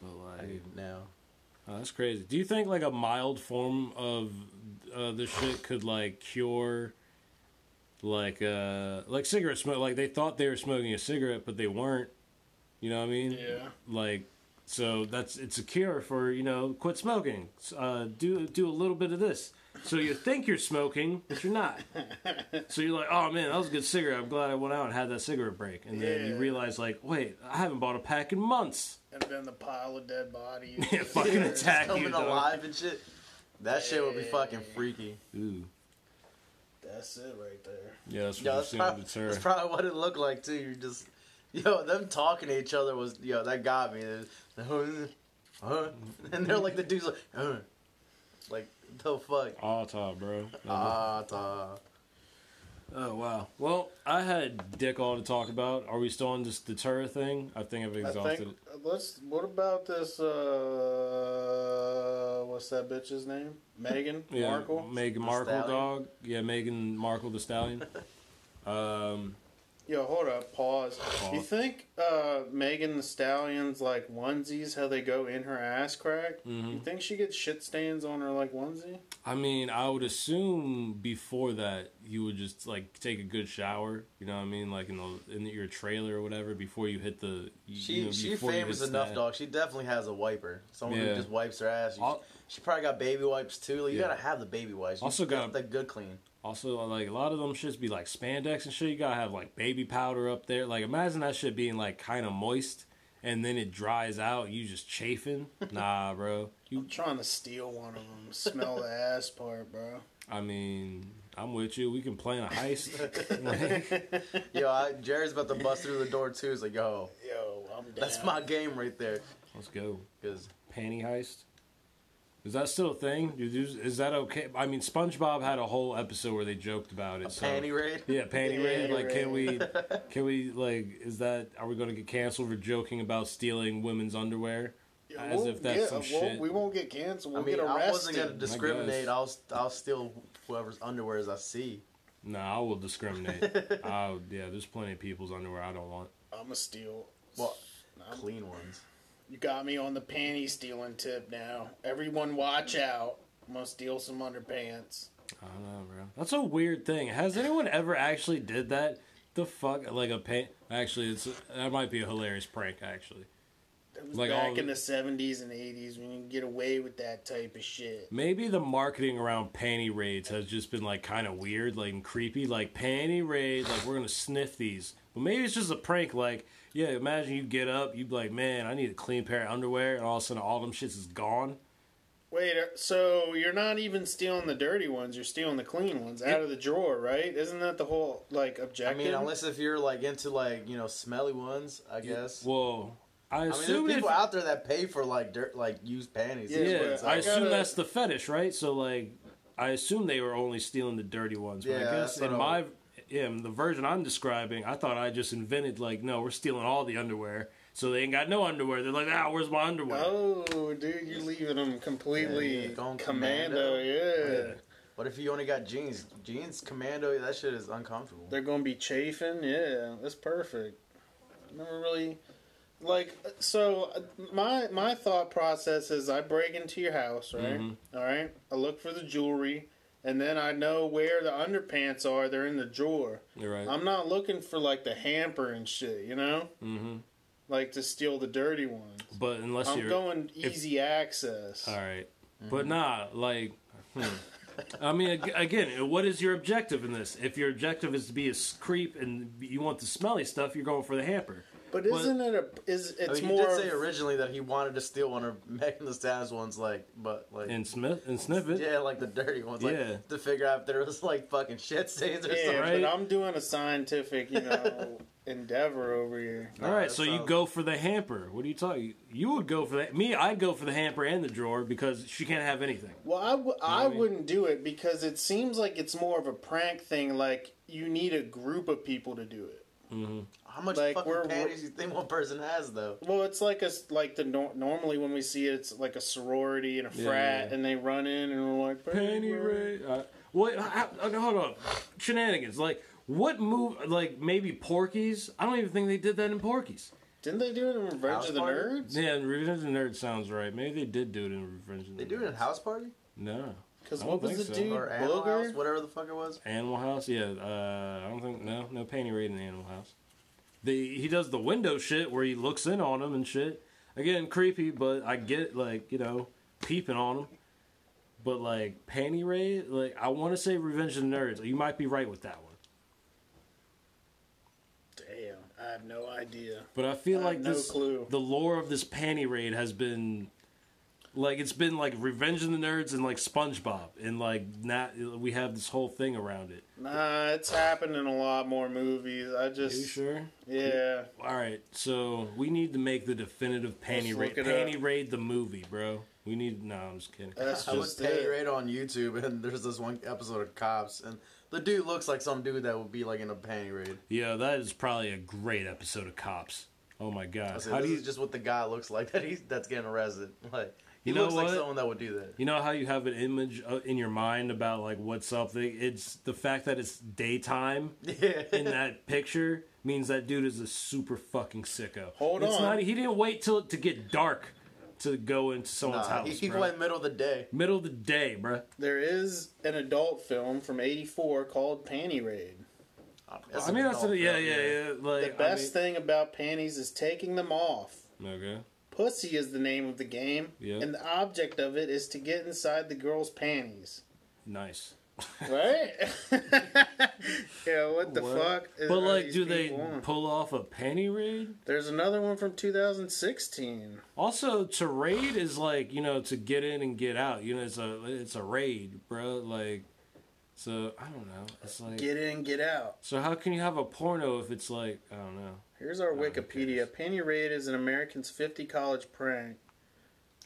[SPEAKER 1] But
[SPEAKER 3] I
[SPEAKER 1] like,
[SPEAKER 3] need it now.
[SPEAKER 1] oh, that's crazy. Do you think like a mild form of uh, this shit could like cure? Like uh, like cigarette smoke. Like they thought they were smoking a cigarette, but they weren't. You know what I mean?
[SPEAKER 2] Yeah.
[SPEAKER 1] like so that's it's a cure for you know quit smoking uh, do do a little bit of this so you think you're smoking but you're not so you're like oh man that was a good cigarette i'm glad i went out and had that cigarette break and then you
[SPEAKER 2] Yeah.
[SPEAKER 1] realize like wait i haven't bought a pack in months
[SPEAKER 2] And then the pile of dead bodies.
[SPEAKER 1] Yeah, fucking attack you
[SPEAKER 3] Coming
[SPEAKER 1] dog.
[SPEAKER 3] alive and shit. That shit would be fucking freaky.
[SPEAKER 1] Ooh.
[SPEAKER 2] That's it right there.
[SPEAKER 1] yeah that's what
[SPEAKER 3] Yo,
[SPEAKER 1] i'm
[SPEAKER 3] that's,
[SPEAKER 1] seeing
[SPEAKER 3] prob-
[SPEAKER 1] with the
[SPEAKER 3] that's
[SPEAKER 1] terror
[SPEAKER 3] probably what it looked like too. You just, yo, them talking to each other was, yo, that got me. It was, huh? And they're like the dudes like, huh? like the fuck.
[SPEAKER 1] all time bro Uh-huh.
[SPEAKER 3] Ah, ta.
[SPEAKER 1] oh wow well i had dick all to talk about are we still on this deter thing i think i've
[SPEAKER 2] I
[SPEAKER 1] exhausted
[SPEAKER 2] think uh,
[SPEAKER 1] it
[SPEAKER 2] let's. What about this? uh What's that bitch's name? Megan
[SPEAKER 1] Yeah,
[SPEAKER 2] Markle.
[SPEAKER 1] Meghan
[SPEAKER 3] The
[SPEAKER 1] Markle,
[SPEAKER 3] stallion.
[SPEAKER 1] dog. Yeah, Meghan Markle, the stallion. um,
[SPEAKER 2] Yo, hold up. Pause. You
[SPEAKER 1] Pause.
[SPEAKER 2] think uh Megan the Stallion's like onesies? How they go in her ass crack?
[SPEAKER 1] Mm-hmm.
[SPEAKER 2] You think she gets shit stains on her like onesie?
[SPEAKER 1] I mean, I would assume before that you would just like take a good shower. You know what I mean? Like in the in your trailer or whatever before you hit the. You,
[SPEAKER 3] She
[SPEAKER 1] you know,
[SPEAKER 3] she
[SPEAKER 1] before you
[SPEAKER 3] famous
[SPEAKER 1] hit
[SPEAKER 3] enough,
[SPEAKER 1] that.
[SPEAKER 3] dog. She definitely has a wiper. Someone
[SPEAKER 1] Yeah.
[SPEAKER 3] who just wipes her ass. She,
[SPEAKER 1] Al-
[SPEAKER 3] she probably got baby wipes too. Like, you
[SPEAKER 1] Yeah.
[SPEAKER 3] gotta have the baby wipes. You
[SPEAKER 1] Also got-
[SPEAKER 3] got the good clean.
[SPEAKER 1] Also, like a lot of them shits be like spandex and shit. You gotta have like baby powder up there. Like imagine that shit being like kind of moist. And then it dries out. You just chafing, nah, bro. You,
[SPEAKER 2] I'm trying to steal one of them. Smell the ass part, bro.
[SPEAKER 1] I mean, I'm with you. We can plan a heist. Like,
[SPEAKER 3] Yo, I, Jared's about to bust through the door too. He's like, yo,
[SPEAKER 2] Yo, I'm down.
[SPEAKER 3] that's my game right there.
[SPEAKER 1] let's go.
[SPEAKER 3] Because
[SPEAKER 1] panty heist. Is that still a thing? Do you- Is that okay? I mean, SpongeBob had a whole episode where they joked about it. so-
[SPEAKER 3] panty raid.
[SPEAKER 1] Yeah, panty raid.
[SPEAKER 2] Panty
[SPEAKER 1] Like, can we, can we, like, is that? Are we going to get canceled for joking about stealing women's underwear? As
[SPEAKER 2] We'll-
[SPEAKER 1] if that's
[SPEAKER 2] yeah,
[SPEAKER 1] some
[SPEAKER 2] we'll-
[SPEAKER 1] shit.
[SPEAKER 2] We won't get canceled. We'll
[SPEAKER 3] I mean,
[SPEAKER 2] get arrested.
[SPEAKER 3] I wasn't gonna discriminate.
[SPEAKER 1] guess.
[SPEAKER 3] I'll I'll steal whoever's underwear as I see.
[SPEAKER 1] No, I will discriminate. oh yeah, there's plenty of people's underwear I don't want.
[SPEAKER 2] I'm a steal.
[SPEAKER 3] Well,
[SPEAKER 2] I'm-
[SPEAKER 3] clean ones.
[SPEAKER 2] You got me on the panty stealing tip now. Everyone, watch out. I'm gonna steal some underpants.
[SPEAKER 1] I don't know, bro. That's a weird thing. Has anyone ever actually did that? The fuck, like a paint? Actually, it's that might be a hilarious prank. Actually,
[SPEAKER 2] That was
[SPEAKER 1] Like oh,
[SPEAKER 2] back
[SPEAKER 1] all-
[SPEAKER 2] in the 70s and 80s when you could get away with that type of shit.
[SPEAKER 1] Maybe the marketing around panty raids has just been like kind of weird, like and creepy. Like panty raid, like we're gonna sniff these. But maybe it's just a prank. Like, yeah, imagine you get up, you be like, man, I need a clean pair of underwear, and all of a sudden all them shits is gone.
[SPEAKER 2] Wait, uh, so you're not even stealing the dirty ones, you're stealing the clean ones out of the drawer, right? Isn't that the whole, like,
[SPEAKER 3] I
[SPEAKER 2] objective?
[SPEAKER 3] mean, unless if you're like into like you know smelly ones, I guess.
[SPEAKER 1] Whoa. I
[SPEAKER 3] I mean, there's
[SPEAKER 1] assume
[SPEAKER 3] people
[SPEAKER 1] if-
[SPEAKER 3] out there that pay for like dirt, like used panties.
[SPEAKER 2] Yeah,
[SPEAKER 3] That's what
[SPEAKER 1] yeah,
[SPEAKER 3] it's
[SPEAKER 1] I
[SPEAKER 3] like.
[SPEAKER 2] got
[SPEAKER 1] assume
[SPEAKER 2] a-
[SPEAKER 1] that's the fetish, right? So like, I assume they were only stealing the dirty ones. But
[SPEAKER 3] Yeah,
[SPEAKER 1] I guess
[SPEAKER 3] that's what
[SPEAKER 1] in
[SPEAKER 3] I
[SPEAKER 1] my yeah, in the version I'm describing, I thought I just invented like, no, we're stealing all the underwear. So they ain't got no underwear. They're like, ah, where's my underwear?
[SPEAKER 2] Oh, dude, you're leaving them completely
[SPEAKER 3] Yeah, you're going
[SPEAKER 2] commando.
[SPEAKER 3] commando.
[SPEAKER 2] Yeah.
[SPEAKER 3] What if you only got jeans? Jeans, commando, that shit is uncomfortable.
[SPEAKER 2] They're gonna be chafing. Yeah, that's perfect. Never really like so. uh, My my thought process is I break into your house, right?
[SPEAKER 3] Mm-hmm.
[SPEAKER 2] All right. I look for the jewelry, and then I know where the underpants are. They're in the drawer.
[SPEAKER 1] You're right.
[SPEAKER 2] I'm not looking for like the hamper and shit, you know. Mm-hmm. Like to steal the dirty ones.
[SPEAKER 1] but unless
[SPEAKER 2] I'm
[SPEAKER 1] you're
[SPEAKER 2] going easy access.
[SPEAKER 1] all right. but nah, like, hmm. I mean, ag- again, uh, what is your objective in this? If your objective is to be a s- creep and you want the smelly stuff, you're going for the hamper.
[SPEAKER 2] But isn't it a? Is
[SPEAKER 3] I
[SPEAKER 2] it's
[SPEAKER 3] mean, he
[SPEAKER 2] more?
[SPEAKER 3] did say originally that he wanted to steal one of Megan Thee Stallion's ones, like, but like,
[SPEAKER 1] And Smith and Snippet.
[SPEAKER 3] yeah, like the dirty ones, like
[SPEAKER 1] Yeah.
[SPEAKER 3] to figure out if there was like fucking shit stains or
[SPEAKER 2] yeah,
[SPEAKER 3] something.
[SPEAKER 1] right?
[SPEAKER 2] but I'm doing a scientific, you know, endeavor over here.
[SPEAKER 1] All right,
[SPEAKER 3] that
[SPEAKER 1] so you
[SPEAKER 3] sounds-
[SPEAKER 1] go for the hamper. What are you talking? You would go for that. Me, I'd go for the hamper and the drawer because she can't have anything.
[SPEAKER 2] Well, I, w- I
[SPEAKER 1] what I mean?
[SPEAKER 2] wouldn't do it because it seems like it's more of a prank thing. Like you need a group of people to do it.
[SPEAKER 3] How much
[SPEAKER 2] Like,
[SPEAKER 3] fucking
[SPEAKER 2] we're-
[SPEAKER 3] panties you think one person has though?
[SPEAKER 2] Well, it's like a s- like the nor- normally when we see it, it's like a sorority and a
[SPEAKER 1] Yeah,
[SPEAKER 2] frat,
[SPEAKER 1] yeah.
[SPEAKER 2] and they run in and we're like
[SPEAKER 1] Penny Ray. Uh, what? I, I, okay, hold on. Shenanigans. Like what move? Like maybe Porky's. I don't even think they did that in Porky's.
[SPEAKER 2] Didn't they do it in Revenge
[SPEAKER 3] House
[SPEAKER 2] of the
[SPEAKER 3] party?
[SPEAKER 2] Nerds?
[SPEAKER 1] Yeah, and Revenge of the Nerd sounds right. Maybe they did do it in Revenge of the
[SPEAKER 3] They do it in
[SPEAKER 1] Nerds.
[SPEAKER 3] house party
[SPEAKER 1] No.
[SPEAKER 2] 'Cause
[SPEAKER 1] I don't
[SPEAKER 2] what was
[SPEAKER 1] think
[SPEAKER 2] the
[SPEAKER 1] so.
[SPEAKER 2] dude-
[SPEAKER 3] or animal
[SPEAKER 2] Booger?
[SPEAKER 3] house, whatever the fuck it was.
[SPEAKER 1] Animal House? Yeah, uh, I don't think no, no panty raid in Animal House. The he does the window shit where he looks in on him and shit. Again, creepy, but I get like you know peeping on him. But like panty raid, like I want to say Revenge of the Nerds. You might be right with that one,
[SPEAKER 2] Damn, I have no idea.
[SPEAKER 1] but I feel
[SPEAKER 2] I have
[SPEAKER 1] like
[SPEAKER 2] no
[SPEAKER 1] this
[SPEAKER 2] clue.
[SPEAKER 1] the lore of this panty raid has been like it's been like Revenge of the Nerds and like SpongeBob and like not we have this whole thing around it.
[SPEAKER 2] Nah, it's happened in a lot more movies. I
[SPEAKER 1] Are
[SPEAKER 2] just
[SPEAKER 1] you sure?
[SPEAKER 2] yeah.
[SPEAKER 1] All right, so we need to make the definitive panty raid.
[SPEAKER 2] Let's look it
[SPEAKER 1] Panty
[SPEAKER 2] up.
[SPEAKER 1] raid the movie, bro. We need. No, I'm just kidding.
[SPEAKER 2] That's
[SPEAKER 3] I was
[SPEAKER 2] just
[SPEAKER 3] panty
[SPEAKER 2] it.
[SPEAKER 3] raid on YouTube, and there's this one episode of Cops, and the dude looks like some dude that would be like in a panty raid.
[SPEAKER 1] yeah, that is probably a great episode of Cops. Oh my
[SPEAKER 3] I
[SPEAKER 1] god,
[SPEAKER 3] said,
[SPEAKER 1] how do
[SPEAKER 3] this
[SPEAKER 1] you
[SPEAKER 3] is just what the guy looks like that he's that's getting arrested. Like he
[SPEAKER 1] You know
[SPEAKER 3] looks like
[SPEAKER 1] what?
[SPEAKER 3] someone that would do that.
[SPEAKER 1] You know how you have an image uh, in your mind about like what's something. It's the fact that it's daytime in that picture means that dude is a super fucking sicko.
[SPEAKER 2] Hold
[SPEAKER 1] it's
[SPEAKER 2] on.
[SPEAKER 1] Not, he didn't wait till it to get dark to go into someone's
[SPEAKER 3] Nah, he,
[SPEAKER 1] house.
[SPEAKER 3] he
[SPEAKER 1] bro.
[SPEAKER 3] went middle of the day.
[SPEAKER 1] Middle of the day, bruh.
[SPEAKER 2] There is an adult film from '84 called Panty Raid.
[SPEAKER 3] That's
[SPEAKER 1] I mean,
[SPEAKER 3] an
[SPEAKER 1] that's
[SPEAKER 3] adult
[SPEAKER 1] a, yeah,
[SPEAKER 3] film,
[SPEAKER 1] yeah, yeah. Like
[SPEAKER 2] The best thing about panties is taking them off.
[SPEAKER 1] thing. Okay.
[SPEAKER 2] Pussy is the name of the game,
[SPEAKER 1] Yeah.
[SPEAKER 2] and the object of it is to get inside the girl's panties.
[SPEAKER 1] Nice.
[SPEAKER 2] Right? yeah, what the
[SPEAKER 1] What?
[SPEAKER 2] fuck? is-
[SPEAKER 1] But
[SPEAKER 2] are
[SPEAKER 1] like,
[SPEAKER 2] these
[SPEAKER 1] do they
[SPEAKER 2] people on?
[SPEAKER 1] pull off a panty raid?
[SPEAKER 2] There's another one from 2016.
[SPEAKER 1] Also, to raid is like you know to get in and get out. You know, it's a it's a raid, bro. Like, so I don't know. It's like
[SPEAKER 2] Get in, get out.
[SPEAKER 1] so. How can you have a porno if it's like I don't know?
[SPEAKER 2] Here's
[SPEAKER 1] Oh,
[SPEAKER 2] our Wikipedia. Panty raid is an American's 50 college prank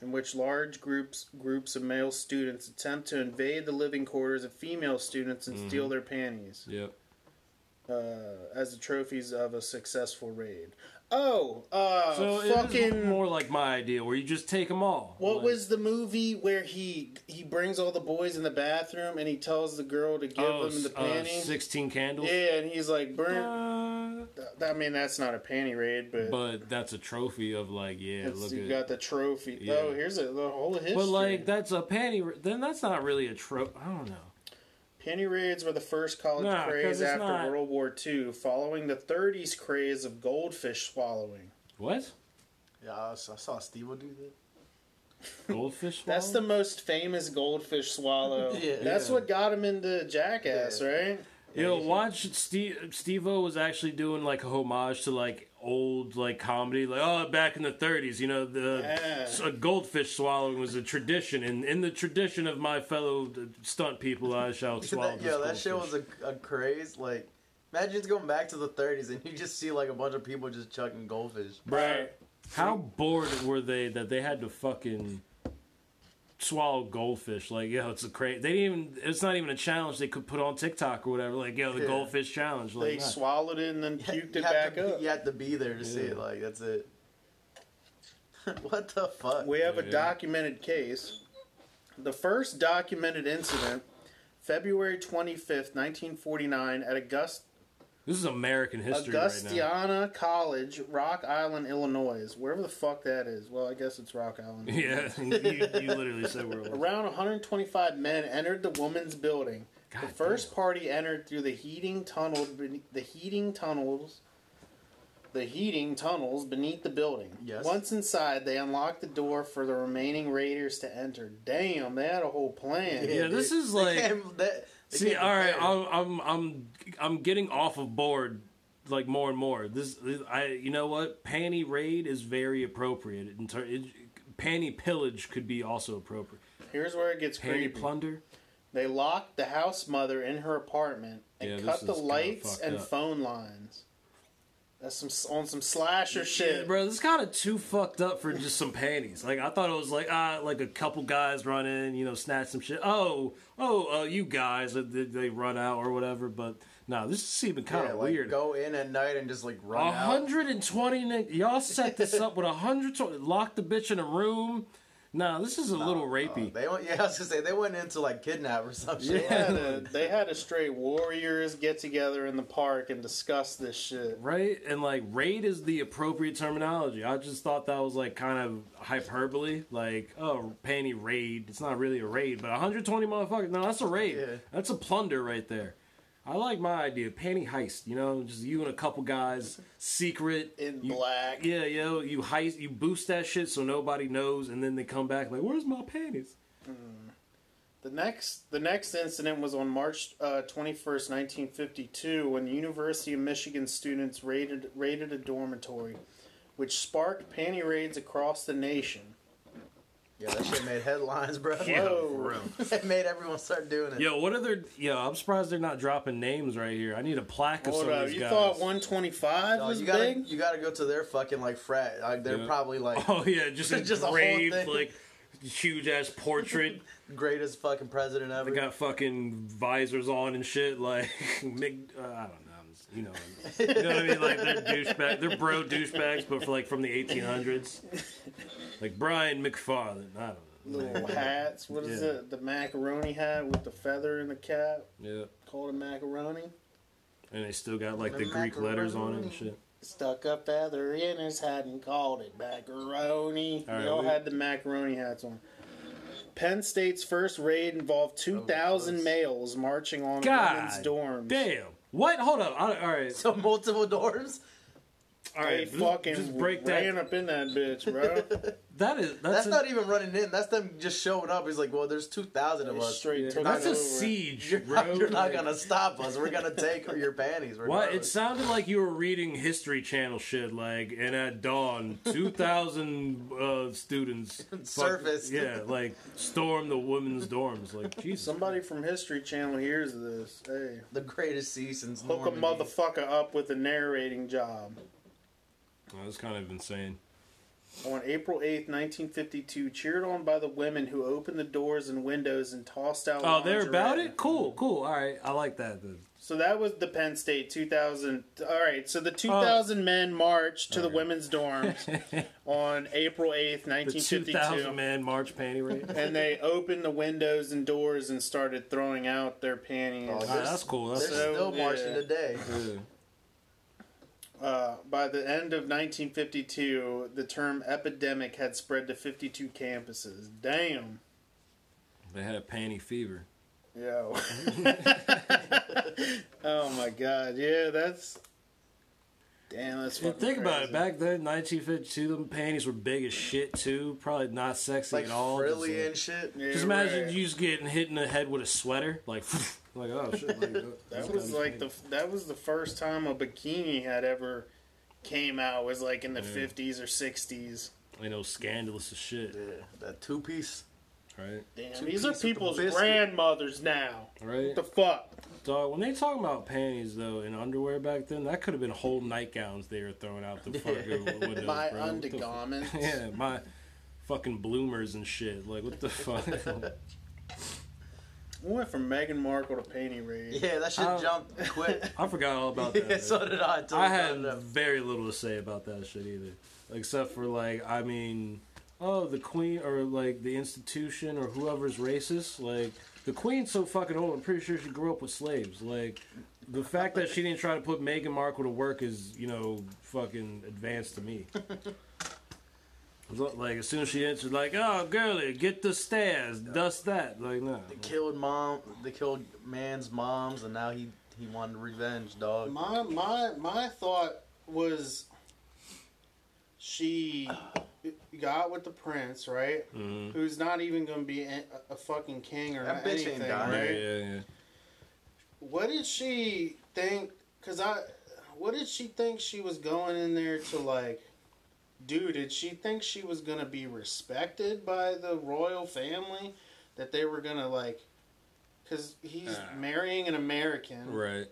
[SPEAKER 2] in which large groups groups of male students attempt to invade the living quarters of female students and steal
[SPEAKER 1] Mm-hmm.
[SPEAKER 2] their panties.
[SPEAKER 1] Yep.
[SPEAKER 2] uh, as the trophies of a successful raid. Oh, uh,
[SPEAKER 1] So it is
[SPEAKER 2] fucking.
[SPEAKER 1] more like my idea where you just take them all.
[SPEAKER 2] What
[SPEAKER 1] Like-
[SPEAKER 2] was the movie where he he brings all the boys in the bathroom and he tells the girl to give
[SPEAKER 1] oh,
[SPEAKER 2] them the
[SPEAKER 1] s- uh,
[SPEAKER 2] panty?
[SPEAKER 1] sixteen candles?
[SPEAKER 2] yeah, and he's like, burn.
[SPEAKER 1] Uh,
[SPEAKER 2] I mean, that's not a panty raid, but,
[SPEAKER 1] but that's a trophy of like yeah.
[SPEAKER 2] it's-
[SPEAKER 1] Look
[SPEAKER 2] you
[SPEAKER 1] at
[SPEAKER 2] got the trophy.
[SPEAKER 1] Yeah.
[SPEAKER 2] Oh, here's a, the whole history.
[SPEAKER 1] But like that's a panty. ra- Then that's not really a trope. I don't know.
[SPEAKER 2] Penny raids were the first college
[SPEAKER 1] Nah, 'cause
[SPEAKER 2] craze
[SPEAKER 1] it's
[SPEAKER 2] after
[SPEAKER 1] not-
[SPEAKER 2] World War II, following the 30s craze of goldfish swallowing.
[SPEAKER 1] What?
[SPEAKER 3] Yeah, I saw, I saw Steve do that.
[SPEAKER 1] Goldfish.
[SPEAKER 2] That's the
[SPEAKER 1] swallow?
[SPEAKER 2] most famous goldfish swallow.
[SPEAKER 3] Um, Yeah.
[SPEAKER 2] That's what got him into Jackass,
[SPEAKER 3] Yeah.
[SPEAKER 2] right?
[SPEAKER 1] Yo, watch Steve Stevo was actually doing like a homage to like old like comedy, like oh back in the '30s, you know, the
[SPEAKER 2] Yeah.
[SPEAKER 1] s- a goldfish swallowing was a tradition, and in the tradition of my fellow d- stunt people, I shall swallow.
[SPEAKER 3] that
[SPEAKER 1] this
[SPEAKER 3] yo, that shit
[SPEAKER 1] goldfish.
[SPEAKER 3] was a, a craze. Like, imagine it's going back to the 30s and you just see like a bunch of people just chucking goldfish.
[SPEAKER 2] Right.
[SPEAKER 1] How bored were they that they had to fucking swallow goldfish? Like, yo, it's a crazy. They didn't even. It's not even a challenge they could put on TikTok or whatever. Like, yo, the
[SPEAKER 3] Yeah.
[SPEAKER 1] goldfish challenge.
[SPEAKER 2] They
[SPEAKER 1] Like, nah.
[SPEAKER 2] swallowed it and then puked
[SPEAKER 3] you
[SPEAKER 2] it
[SPEAKER 3] have
[SPEAKER 2] back
[SPEAKER 3] to, be-
[SPEAKER 2] up.
[SPEAKER 3] You have to be there to see it. Like, that's it. what the fuck?
[SPEAKER 2] We have a
[SPEAKER 1] Yeah.
[SPEAKER 2] documented case. The first documented incident February 25th, 1949, at August-
[SPEAKER 1] This is American history right now.
[SPEAKER 2] Augustiana College, Rock Island, Illinois. Wherever the fuck that is. Well, I guess it's Rock Island.
[SPEAKER 1] Yeah, you, you literally said where it was.
[SPEAKER 2] Around 125 men entered the woman's building. the
[SPEAKER 1] God
[SPEAKER 2] first party entered through the heating tunnel, bene- the heating tunnels, the heating tunnels beneath the building.
[SPEAKER 3] Yes.
[SPEAKER 2] Once inside, they unlocked the door for the remaining raiders to enter. Damn, they had a whole plan.
[SPEAKER 1] Yeah, this is like-
[SPEAKER 3] came- that- they
[SPEAKER 1] See,
[SPEAKER 3] came
[SPEAKER 1] all right,
[SPEAKER 3] prepared.
[SPEAKER 1] I'm, I'm, I'm, I'm getting off of board like more and more. This, I, you know what? Panty raid is very appropriate. In ter- it, panty pillage could be also appropriate.
[SPEAKER 2] Here's where it gets creepy.
[SPEAKER 1] Panty plunder.
[SPEAKER 2] They locked the house mother in her apartment
[SPEAKER 1] Yeah,
[SPEAKER 2] and
[SPEAKER 1] this
[SPEAKER 2] cut
[SPEAKER 1] is
[SPEAKER 2] the
[SPEAKER 1] kinda
[SPEAKER 2] lights
[SPEAKER 1] fucked
[SPEAKER 2] and
[SPEAKER 1] up.
[SPEAKER 2] phone lines. That's some on some slasher shit.
[SPEAKER 1] Yeah, bro, this is kind of too fucked up for just some panties. Like I thought it was like ah, like a couple guys run in, you know, snatch some shit. Oh, oh, uh, you guys, uh, they, they run out or whatever. But no, this is even kind
[SPEAKER 3] Yeah,
[SPEAKER 1] of
[SPEAKER 3] like,
[SPEAKER 1] weird.
[SPEAKER 3] Go in at night and just like run
[SPEAKER 1] A
[SPEAKER 3] out.
[SPEAKER 1] hundred and twenty, nig- y'all set this up with a hundred. tw- Lock the bitch in a room. Nah, this is a little rapey.
[SPEAKER 3] Uh, They went. Yeah, I was gonna say they went into like kidnap or some
[SPEAKER 2] They
[SPEAKER 3] shit.
[SPEAKER 2] had a they had a stray warriors get together in the park and discuss this shit.
[SPEAKER 1] Right and like raid is the appropriate terminology. I just thought that was like kind of hyperbole, like oh panty raid. It's not really a raid, but 120 motherfuckers. No, that's a raid.
[SPEAKER 3] Yeah.
[SPEAKER 1] That's a plunder right there. I like my idea, panty heist. You know, just you and a couple guys, secret
[SPEAKER 2] In
[SPEAKER 1] you-
[SPEAKER 2] black.
[SPEAKER 1] Yeah, yo, you heist, you boost that shit so nobody knows, and then they come back like, "Where's my panties?"
[SPEAKER 2] The next the next incident was on March twenty first, nineteen fifty two, when the University of Michigan students raided raided a dormitory, which sparked panty raids across the nation.
[SPEAKER 3] Yeah, that shit made headlines, bro.
[SPEAKER 2] for
[SPEAKER 1] real.
[SPEAKER 3] it made everyone start doing it.
[SPEAKER 1] Yo, what are their? Yo, I'm surprised they're not dropping names right here. I need a plaque of
[SPEAKER 2] Hold
[SPEAKER 1] some of
[SPEAKER 2] up,
[SPEAKER 1] these
[SPEAKER 2] you
[SPEAKER 1] guys.
[SPEAKER 2] thought one twenty five
[SPEAKER 3] Yo,
[SPEAKER 2] was
[SPEAKER 3] you gotta
[SPEAKER 2] big?
[SPEAKER 3] you gotta go to their fucking like frat. Like they're
[SPEAKER 1] Yeah.
[SPEAKER 3] probably like
[SPEAKER 1] Oh yeah, just a
[SPEAKER 3] Just a whole
[SPEAKER 1] engraved
[SPEAKER 3] thing.
[SPEAKER 1] like huge ass portrait.
[SPEAKER 3] greatest fucking president ever.
[SPEAKER 1] they got fucking visors on and shit. Like, Mick, uh, I don't know. I'm just- You know, what I mean. you know what I mean? Like they're douchebag, they're bro douchebags, but for like from the 1800s, like Brian McFarlane. I don't know.
[SPEAKER 2] Little hats. What is
[SPEAKER 1] Yeah.
[SPEAKER 2] it? The macaroni hat with the feather in the cap.
[SPEAKER 1] Yeah,
[SPEAKER 2] Called a macaroni.
[SPEAKER 1] and they still got like the
[SPEAKER 3] The
[SPEAKER 1] Greek letters on it and shit.
[SPEAKER 2] Stuck a feather in his hat and called it macaroni.
[SPEAKER 1] All right,
[SPEAKER 2] they all
[SPEAKER 1] we-
[SPEAKER 2] had the macaroni hats on. Penn State's first raid involved 2,000
[SPEAKER 3] close.
[SPEAKER 2] males marching on
[SPEAKER 1] Oh, God
[SPEAKER 2] women's dorms.
[SPEAKER 1] Damn. What? Hold up. I, all right.
[SPEAKER 3] So multiple dorms.
[SPEAKER 1] All
[SPEAKER 2] They
[SPEAKER 1] right.
[SPEAKER 2] fucking
[SPEAKER 1] just break
[SPEAKER 2] ran
[SPEAKER 1] that.
[SPEAKER 2] up in that bitch, bro.
[SPEAKER 1] That is. That's,
[SPEAKER 3] That's
[SPEAKER 1] a,
[SPEAKER 3] not even running in. That's them just showing up. He's like, well, there's two thousand of
[SPEAKER 2] They
[SPEAKER 3] us.
[SPEAKER 2] straight took
[SPEAKER 1] That's
[SPEAKER 2] it
[SPEAKER 1] a
[SPEAKER 2] over.
[SPEAKER 1] siege,
[SPEAKER 3] You're
[SPEAKER 1] bro.
[SPEAKER 3] not, you're not
[SPEAKER 1] Like-
[SPEAKER 3] gonna stop us. We're gonna take your panties.
[SPEAKER 1] What? It
[SPEAKER 3] regardless.
[SPEAKER 1] sounded like you were reading History Channel shit, like, and at dawn, 2,000 uh, students fuck-
[SPEAKER 3] Surfaced.
[SPEAKER 1] yeah, like, storm the women's dorms. Like, Jesus.
[SPEAKER 2] Somebody from History Channel hears this. Hey,
[SPEAKER 3] the greatest seasons.
[SPEAKER 2] hook a motherfucker up with a narrating job.
[SPEAKER 1] That was kind of insane.
[SPEAKER 2] On April 8th, 1952, cheered on by the women who opened the doors and windows and tossed out
[SPEAKER 1] Oh, they're about
[SPEAKER 2] lingerie.
[SPEAKER 1] it? Cool, cool. All right. I like that. Then.
[SPEAKER 2] So that was the Penn State 2000. All right, so
[SPEAKER 1] Oh.
[SPEAKER 2] the 2000 men marched to the women's dorms on April 8th,
[SPEAKER 1] The 2,000
[SPEAKER 2] 1952.
[SPEAKER 1] man March panty raid. Nah,
[SPEAKER 2] And they opened the windows and doors and started throwing out their panties.
[SPEAKER 3] Oh, yeah.
[SPEAKER 1] that's cool.
[SPEAKER 3] They're
[SPEAKER 1] That's
[SPEAKER 2] So,
[SPEAKER 3] still marching
[SPEAKER 2] yeah.
[SPEAKER 3] today.
[SPEAKER 1] yeah.
[SPEAKER 2] Uh, by the end of 1952, the term epidemic had spread to 52 campuses. Damn.
[SPEAKER 1] They had panty fever.
[SPEAKER 2] Yo. oh my god. Yeah, that's. Damn, that's
[SPEAKER 1] And
[SPEAKER 2] fucking
[SPEAKER 1] think about it.
[SPEAKER 2] crazy.
[SPEAKER 1] Back then, 1952, them panties were big as shit, too. Probably not sexy
[SPEAKER 3] Like
[SPEAKER 1] at all. just,
[SPEAKER 3] frilly
[SPEAKER 1] like-
[SPEAKER 3] and shit.
[SPEAKER 2] Yeah,
[SPEAKER 1] Just imagine
[SPEAKER 2] right.
[SPEAKER 1] you just getting hit in the head with a sweater, like, like oh shit. Like,
[SPEAKER 2] That was like the that was the first time a bikini had ever came out was like in the fifties or sixties.
[SPEAKER 1] you know scandalous as shit,
[SPEAKER 3] Yeah, that two piece.
[SPEAKER 1] right?
[SPEAKER 2] Damn,
[SPEAKER 3] Two
[SPEAKER 2] these are
[SPEAKER 3] piece with the
[SPEAKER 2] people's
[SPEAKER 3] biscuit.
[SPEAKER 2] grandmothers now.
[SPEAKER 1] Right.
[SPEAKER 2] What the fuck?
[SPEAKER 1] Dog, when they talk about panties though and underwear back then, that could have been whole nightgowns they were throwing out the fucking windows,
[SPEAKER 2] My
[SPEAKER 1] bro. What the fuck?
[SPEAKER 2] undergarments.
[SPEAKER 1] Yeah, my fucking bloomers and shit. Like what the fuck?
[SPEAKER 2] We went from Meghan Markle to panty raid.
[SPEAKER 3] Yeah, that shit
[SPEAKER 1] I'll-
[SPEAKER 3] jumped quick.
[SPEAKER 1] I forgot all about that.
[SPEAKER 3] yeah,
[SPEAKER 1] man.
[SPEAKER 3] so did I. until
[SPEAKER 1] I
[SPEAKER 3] we brought
[SPEAKER 1] had
[SPEAKER 3] it up.
[SPEAKER 1] very little to say about that shit either, except for like, I mean, oh, the queen or like the institution or whoever's racist, like The queen's so fucking old. I'm pretty sure she grew up with slaves. Like, the fact that she didn't try to put Meghan Markle to work is, you know, fucking advanced to me. Look, Like, as soon as she entered, like, oh, girly, get the stairs, dust that. Like, no.
[SPEAKER 3] They killed mom. They killed man's moms, and now he he wanted revenge, dog.
[SPEAKER 2] My my my thought was she got with the prince, right? Who's not even going to be a, a fucking king or
[SPEAKER 3] Mm-hmm. That bitch ain't
[SPEAKER 2] anything,
[SPEAKER 3] dying.
[SPEAKER 2] right?
[SPEAKER 1] Yeah, yeah, yeah.
[SPEAKER 2] What did she think? Cause I, what did she think she was going in there to like? Do did she think she was gonna be respected by the royal family? That they were gonna like, cause he's marrying an American,
[SPEAKER 1] Right.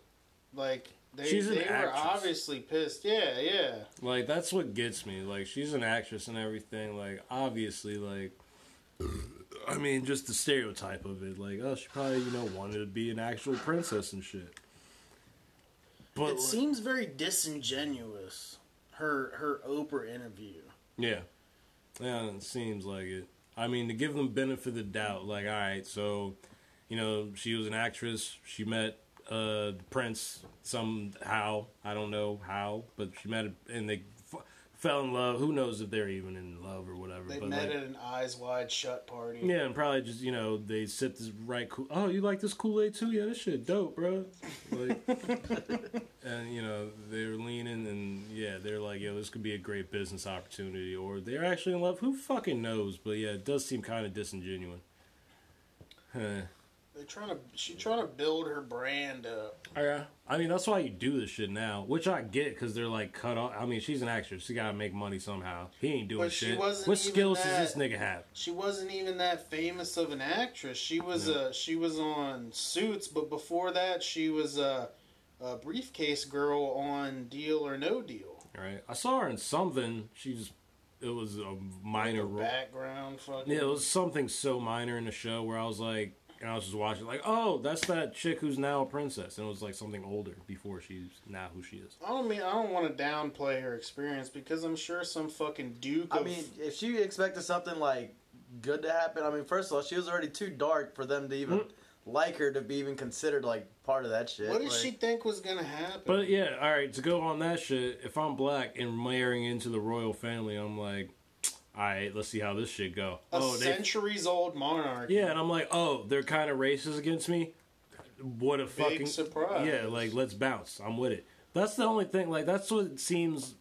[SPEAKER 2] like they,
[SPEAKER 1] She's an
[SPEAKER 2] they were
[SPEAKER 1] actress.
[SPEAKER 2] obviously pissed. Yeah, yeah.
[SPEAKER 1] Like that's what gets me. Like she's an actress and everything. Like obviously, like I mean, just the stereotype of it. Like oh, she probably you know wanted to be an actual princess and shit. But
[SPEAKER 2] it
[SPEAKER 1] like-
[SPEAKER 2] seems very disingenuous. Her her Oprah interview.
[SPEAKER 1] yeah, yeah, it seems like it. I mean, to give them benefit of the doubt, like all right, so you know she was an actress. She met uh the prince somehow. I don't know how, but she met and they. F- Fell in love. Who knows if they're even in love or whatever?
[SPEAKER 2] They
[SPEAKER 1] but
[SPEAKER 2] met
[SPEAKER 1] like,
[SPEAKER 2] at an eyes wide shut party.
[SPEAKER 1] Yeah, and probably just you know they sip this right. Kool- oh, you like this Kool Aid too? Yeah, this shit dope, bro. Like, and you know they're leaning and yeah, they're like, yo, this could be a great business opportunity, or they're actually in love. Who fucking knows? But yeah, it does seem kind of disingenuous. Huh.
[SPEAKER 2] They're trying to. She trying to build her brand up.
[SPEAKER 1] Yeah. I mean, that's why you do this shit now, which I get because they're like cut off. I mean, she's an actress; she gotta make money somehow. He ain't doing
[SPEAKER 2] But she
[SPEAKER 1] shit.
[SPEAKER 2] wasn't
[SPEAKER 1] What
[SPEAKER 2] even
[SPEAKER 1] skills
[SPEAKER 2] that-
[SPEAKER 1] does this nigga have?
[SPEAKER 2] She wasn't even that famous of an actress. She was uh she was on Suits, but before that she was a, a briefcase girl on Deal or No Deal.
[SPEAKER 1] Right? I saw her in something. She's it was a minor role.
[SPEAKER 2] Background fucking.
[SPEAKER 1] Yeah, it was something so minor in the show where I was like, and I was just watching, like, oh, that's that chick who's now a princess, and it was like something older before she's now who she is.
[SPEAKER 2] I don't mean I don't want to downplay her experience because I'm sure some fucking duke.
[SPEAKER 3] I
[SPEAKER 2] of-
[SPEAKER 3] mean, if she expected something like good to happen, I mean, first of all, she was already too dark for them to even like her to be even considered like part of that shit.
[SPEAKER 2] what did
[SPEAKER 3] like,
[SPEAKER 2] she think was gonna happen?
[SPEAKER 1] But yeah, all right, to go on that shit, if I'm black and marrying into the royal family, I'm like, all right, let's see how this shit go.
[SPEAKER 2] a
[SPEAKER 1] oh, they,
[SPEAKER 2] centuries old monarch.
[SPEAKER 1] yeah, and I'm like, oh, they're kind of racist against me. What a fucking
[SPEAKER 2] surprise.
[SPEAKER 1] Yeah, like let's bounce. I'm with it. That's the only thing. Like that's what it seems.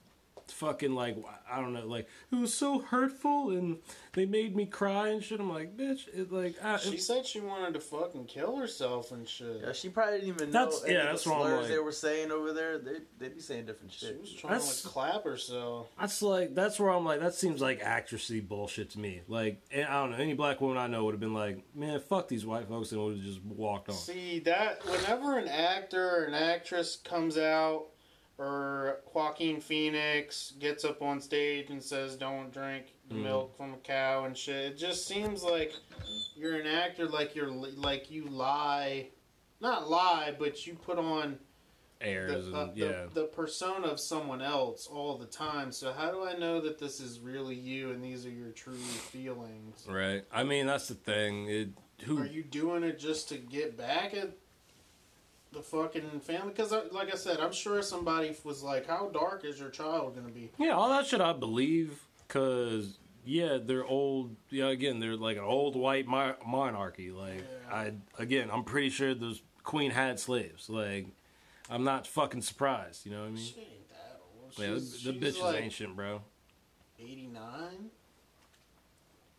[SPEAKER 1] Fucking like I don't know. Like it was so hurtful, and they made me cry and shit. I'm like, bitch. It like I,
[SPEAKER 2] She said she wanted to fucking kill herself and shit.
[SPEAKER 3] Yeah, she probably didn't even
[SPEAKER 1] That's-
[SPEAKER 3] know.
[SPEAKER 1] yeah,
[SPEAKER 3] any of the
[SPEAKER 1] that's what I'm
[SPEAKER 3] slurs
[SPEAKER 1] like.
[SPEAKER 3] they were saying over there. They they'd be saying different
[SPEAKER 2] She
[SPEAKER 3] shit.
[SPEAKER 2] was trying
[SPEAKER 1] That's-
[SPEAKER 2] to like, clap herself.
[SPEAKER 1] that's like that's where I'm like that seems like actressy bullshit to me. Like and I don't know. Any black woman I know would have been like, man, fuck these white folks, and would have just walked on.
[SPEAKER 2] See that whenever an actor or an actress comes out, or Joaquin Phoenix gets up on stage and says, "Don't drink the
[SPEAKER 1] Mm-hmm.
[SPEAKER 2] milk from a cow" and shit, it just seems like you're an actor. Like you're li- like you lie, not lie, but you put on the,
[SPEAKER 1] Airs
[SPEAKER 2] uh,
[SPEAKER 1] and
[SPEAKER 2] the,
[SPEAKER 1] yeah.
[SPEAKER 2] the persona of someone else all the time. So how do I know that this is really you and these are your true feelings?
[SPEAKER 1] Right. I mean, that's the thing. It who
[SPEAKER 2] Are you doing it just to get back at the fucking family? Because, like I said, I'm sure somebody was like, "How dark is your child going to be?"
[SPEAKER 1] Yeah, all that shit I believe, cause yeah, they're old. Yeah, again, they're like an old white mi- monarchy. Like I, again, I'm pretty sure the queen had slaves. Like I'm not fucking surprised. You know what I mean?
[SPEAKER 2] She ain't that old.
[SPEAKER 1] Yeah, the,
[SPEAKER 2] She's-
[SPEAKER 1] the
[SPEAKER 2] she's,
[SPEAKER 1] bitch is
[SPEAKER 2] like
[SPEAKER 1] ancient, bro.
[SPEAKER 2] 89.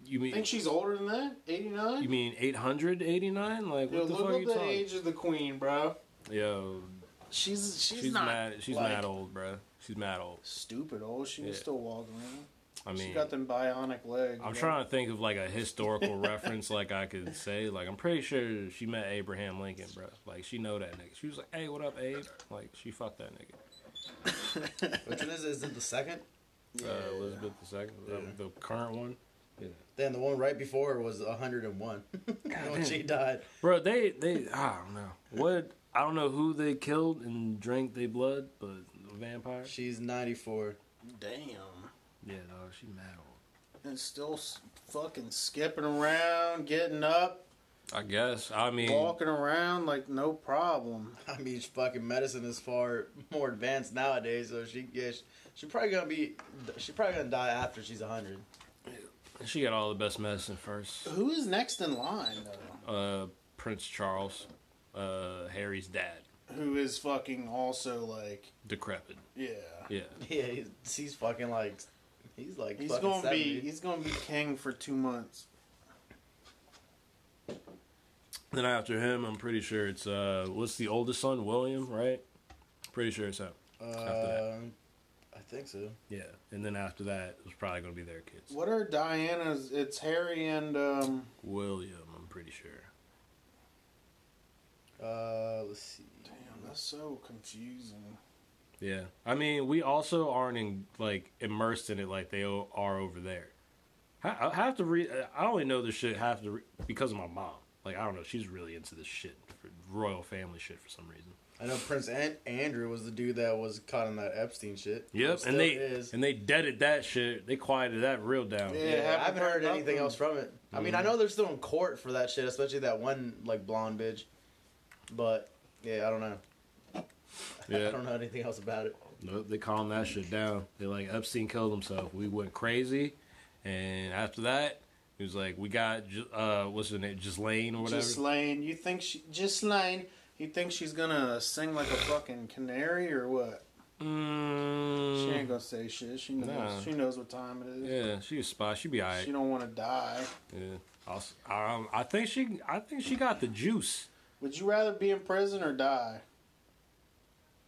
[SPEAKER 1] You
[SPEAKER 2] I think
[SPEAKER 1] mean
[SPEAKER 2] she's older than that. 89.
[SPEAKER 1] you mean 889? Like
[SPEAKER 2] Yo,
[SPEAKER 1] what the fuck
[SPEAKER 2] look
[SPEAKER 1] are
[SPEAKER 2] up
[SPEAKER 1] you
[SPEAKER 2] the
[SPEAKER 1] talking?
[SPEAKER 2] age of the queen, bro.
[SPEAKER 1] Yo,
[SPEAKER 2] She's she's,
[SPEAKER 1] she's,
[SPEAKER 2] not
[SPEAKER 1] mad. She's
[SPEAKER 2] like,
[SPEAKER 1] mad old, bro. She's mad old.
[SPEAKER 2] Stupid old. She was
[SPEAKER 1] Yeah.
[SPEAKER 2] still walking around.
[SPEAKER 1] I mean,
[SPEAKER 2] she got them bionic legs.
[SPEAKER 1] I'm
[SPEAKER 2] bro.
[SPEAKER 1] trying to think of like a historical reference, like I could say. Like I'm pretty sure she met Abraham Lincoln, bro. Like she know that nigga. She was like, "Hey, what up, Abe?" Like she fucked that nigga.
[SPEAKER 3] Which one is it? Is it the second?
[SPEAKER 1] Uh, Elizabeth II, uh, the current one.
[SPEAKER 3] Then the one right before was 101 when she died.
[SPEAKER 1] Bro, they they I don't know what I don't know who they killed and drank they blood, but the vampire.
[SPEAKER 3] She's 94.
[SPEAKER 2] Damn.
[SPEAKER 1] Yeah, dog, she mad old.
[SPEAKER 2] And still s- fucking skipping around, getting up,
[SPEAKER 1] I guess. I mean,
[SPEAKER 2] Walking around like no problem.
[SPEAKER 3] I mean, fucking medicine is far more advanced nowadays. So she, yeah, she, she probably gonna be, she probably gonna die after she's hundred.
[SPEAKER 1] she got all the best medicine first.
[SPEAKER 2] Who is next in line though?
[SPEAKER 1] Uh, Prince Charles, uh, Harry's dad,
[SPEAKER 2] Who is fucking also like
[SPEAKER 1] decrepit.
[SPEAKER 2] yeah.
[SPEAKER 1] Yeah.
[SPEAKER 3] Yeah, he's, he's fucking like, he's like,
[SPEAKER 2] He's
[SPEAKER 3] fucking
[SPEAKER 2] gonna
[SPEAKER 3] 70.
[SPEAKER 2] be he's gonna be king for two months.
[SPEAKER 1] Then after him, I'm pretty sure it's uh, what's the oldest son, William, right? Pretty sure it's him. that.
[SPEAKER 3] Um, I think so.
[SPEAKER 1] Yeah. And then after that, it's probably gonna be their kids.
[SPEAKER 2] What are Diana's? It's Harry and um.
[SPEAKER 1] William, I'm pretty sure.
[SPEAKER 3] Uh, let's see.
[SPEAKER 2] Damn, that's so confusing.
[SPEAKER 1] Yeah. I mean, we also aren't in, like immersed in it like they o- are over there. I I have to read. I only know this shit half the re- because of my mom. Like I don't know, she's really into this shit, for royal family shit for some reason.
[SPEAKER 3] I know Prince An- Andrew was the dude that was caught in that Epstein shit. Or
[SPEAKER 1] Yep,
[SPEAKER 3] still
[SPEAKER 1] and they
[SPEAKER 3] is.
[SPEAKER 1] and they deaded that shit. They quieted that real down.
[SPEAKER 2] Yeah.
[SPEAKER 3] yeah, I haven't heard
[SPEAKER 2] nothing.
[SPEAKER 3] anything else from it. I mean, I
[SPEAKER 1] Mm-hmm.
[SPEAKER 3] know they're still in court for that shit, especially that one like blonde bitch. But yeah, I don't know. I
[SPEAKER 1] Yeah,
[SPEAKER 3] don't know anything else about it.
[SPEAKER 1] nope, they calmed that shit down. They like Epstein killed himself. We went crazy, and after that, he was like, we got J- uh, what's her name, Lane or whatever.
[SPEAKER 2] Ghislaine, you think she Ghislaine? You think she's gonna sing like a fucking canary or what?
[SPEAKER 1] Mm,
[SPEAKER 2] She ain't gonna say shit. She knows.
[SPEAKER 1] Nah.
[SPEAKER 2] She knows what time it is.
[SPEAKER 1] yeah, she was spy. She'd be alright.
[SPEAKER 2] She don't want to die.
[SPEAKER 1] Yeah. I'll, s- um, I think she. I think she got the juice.
[SPEAKER 2] Would you rather be in prison or die?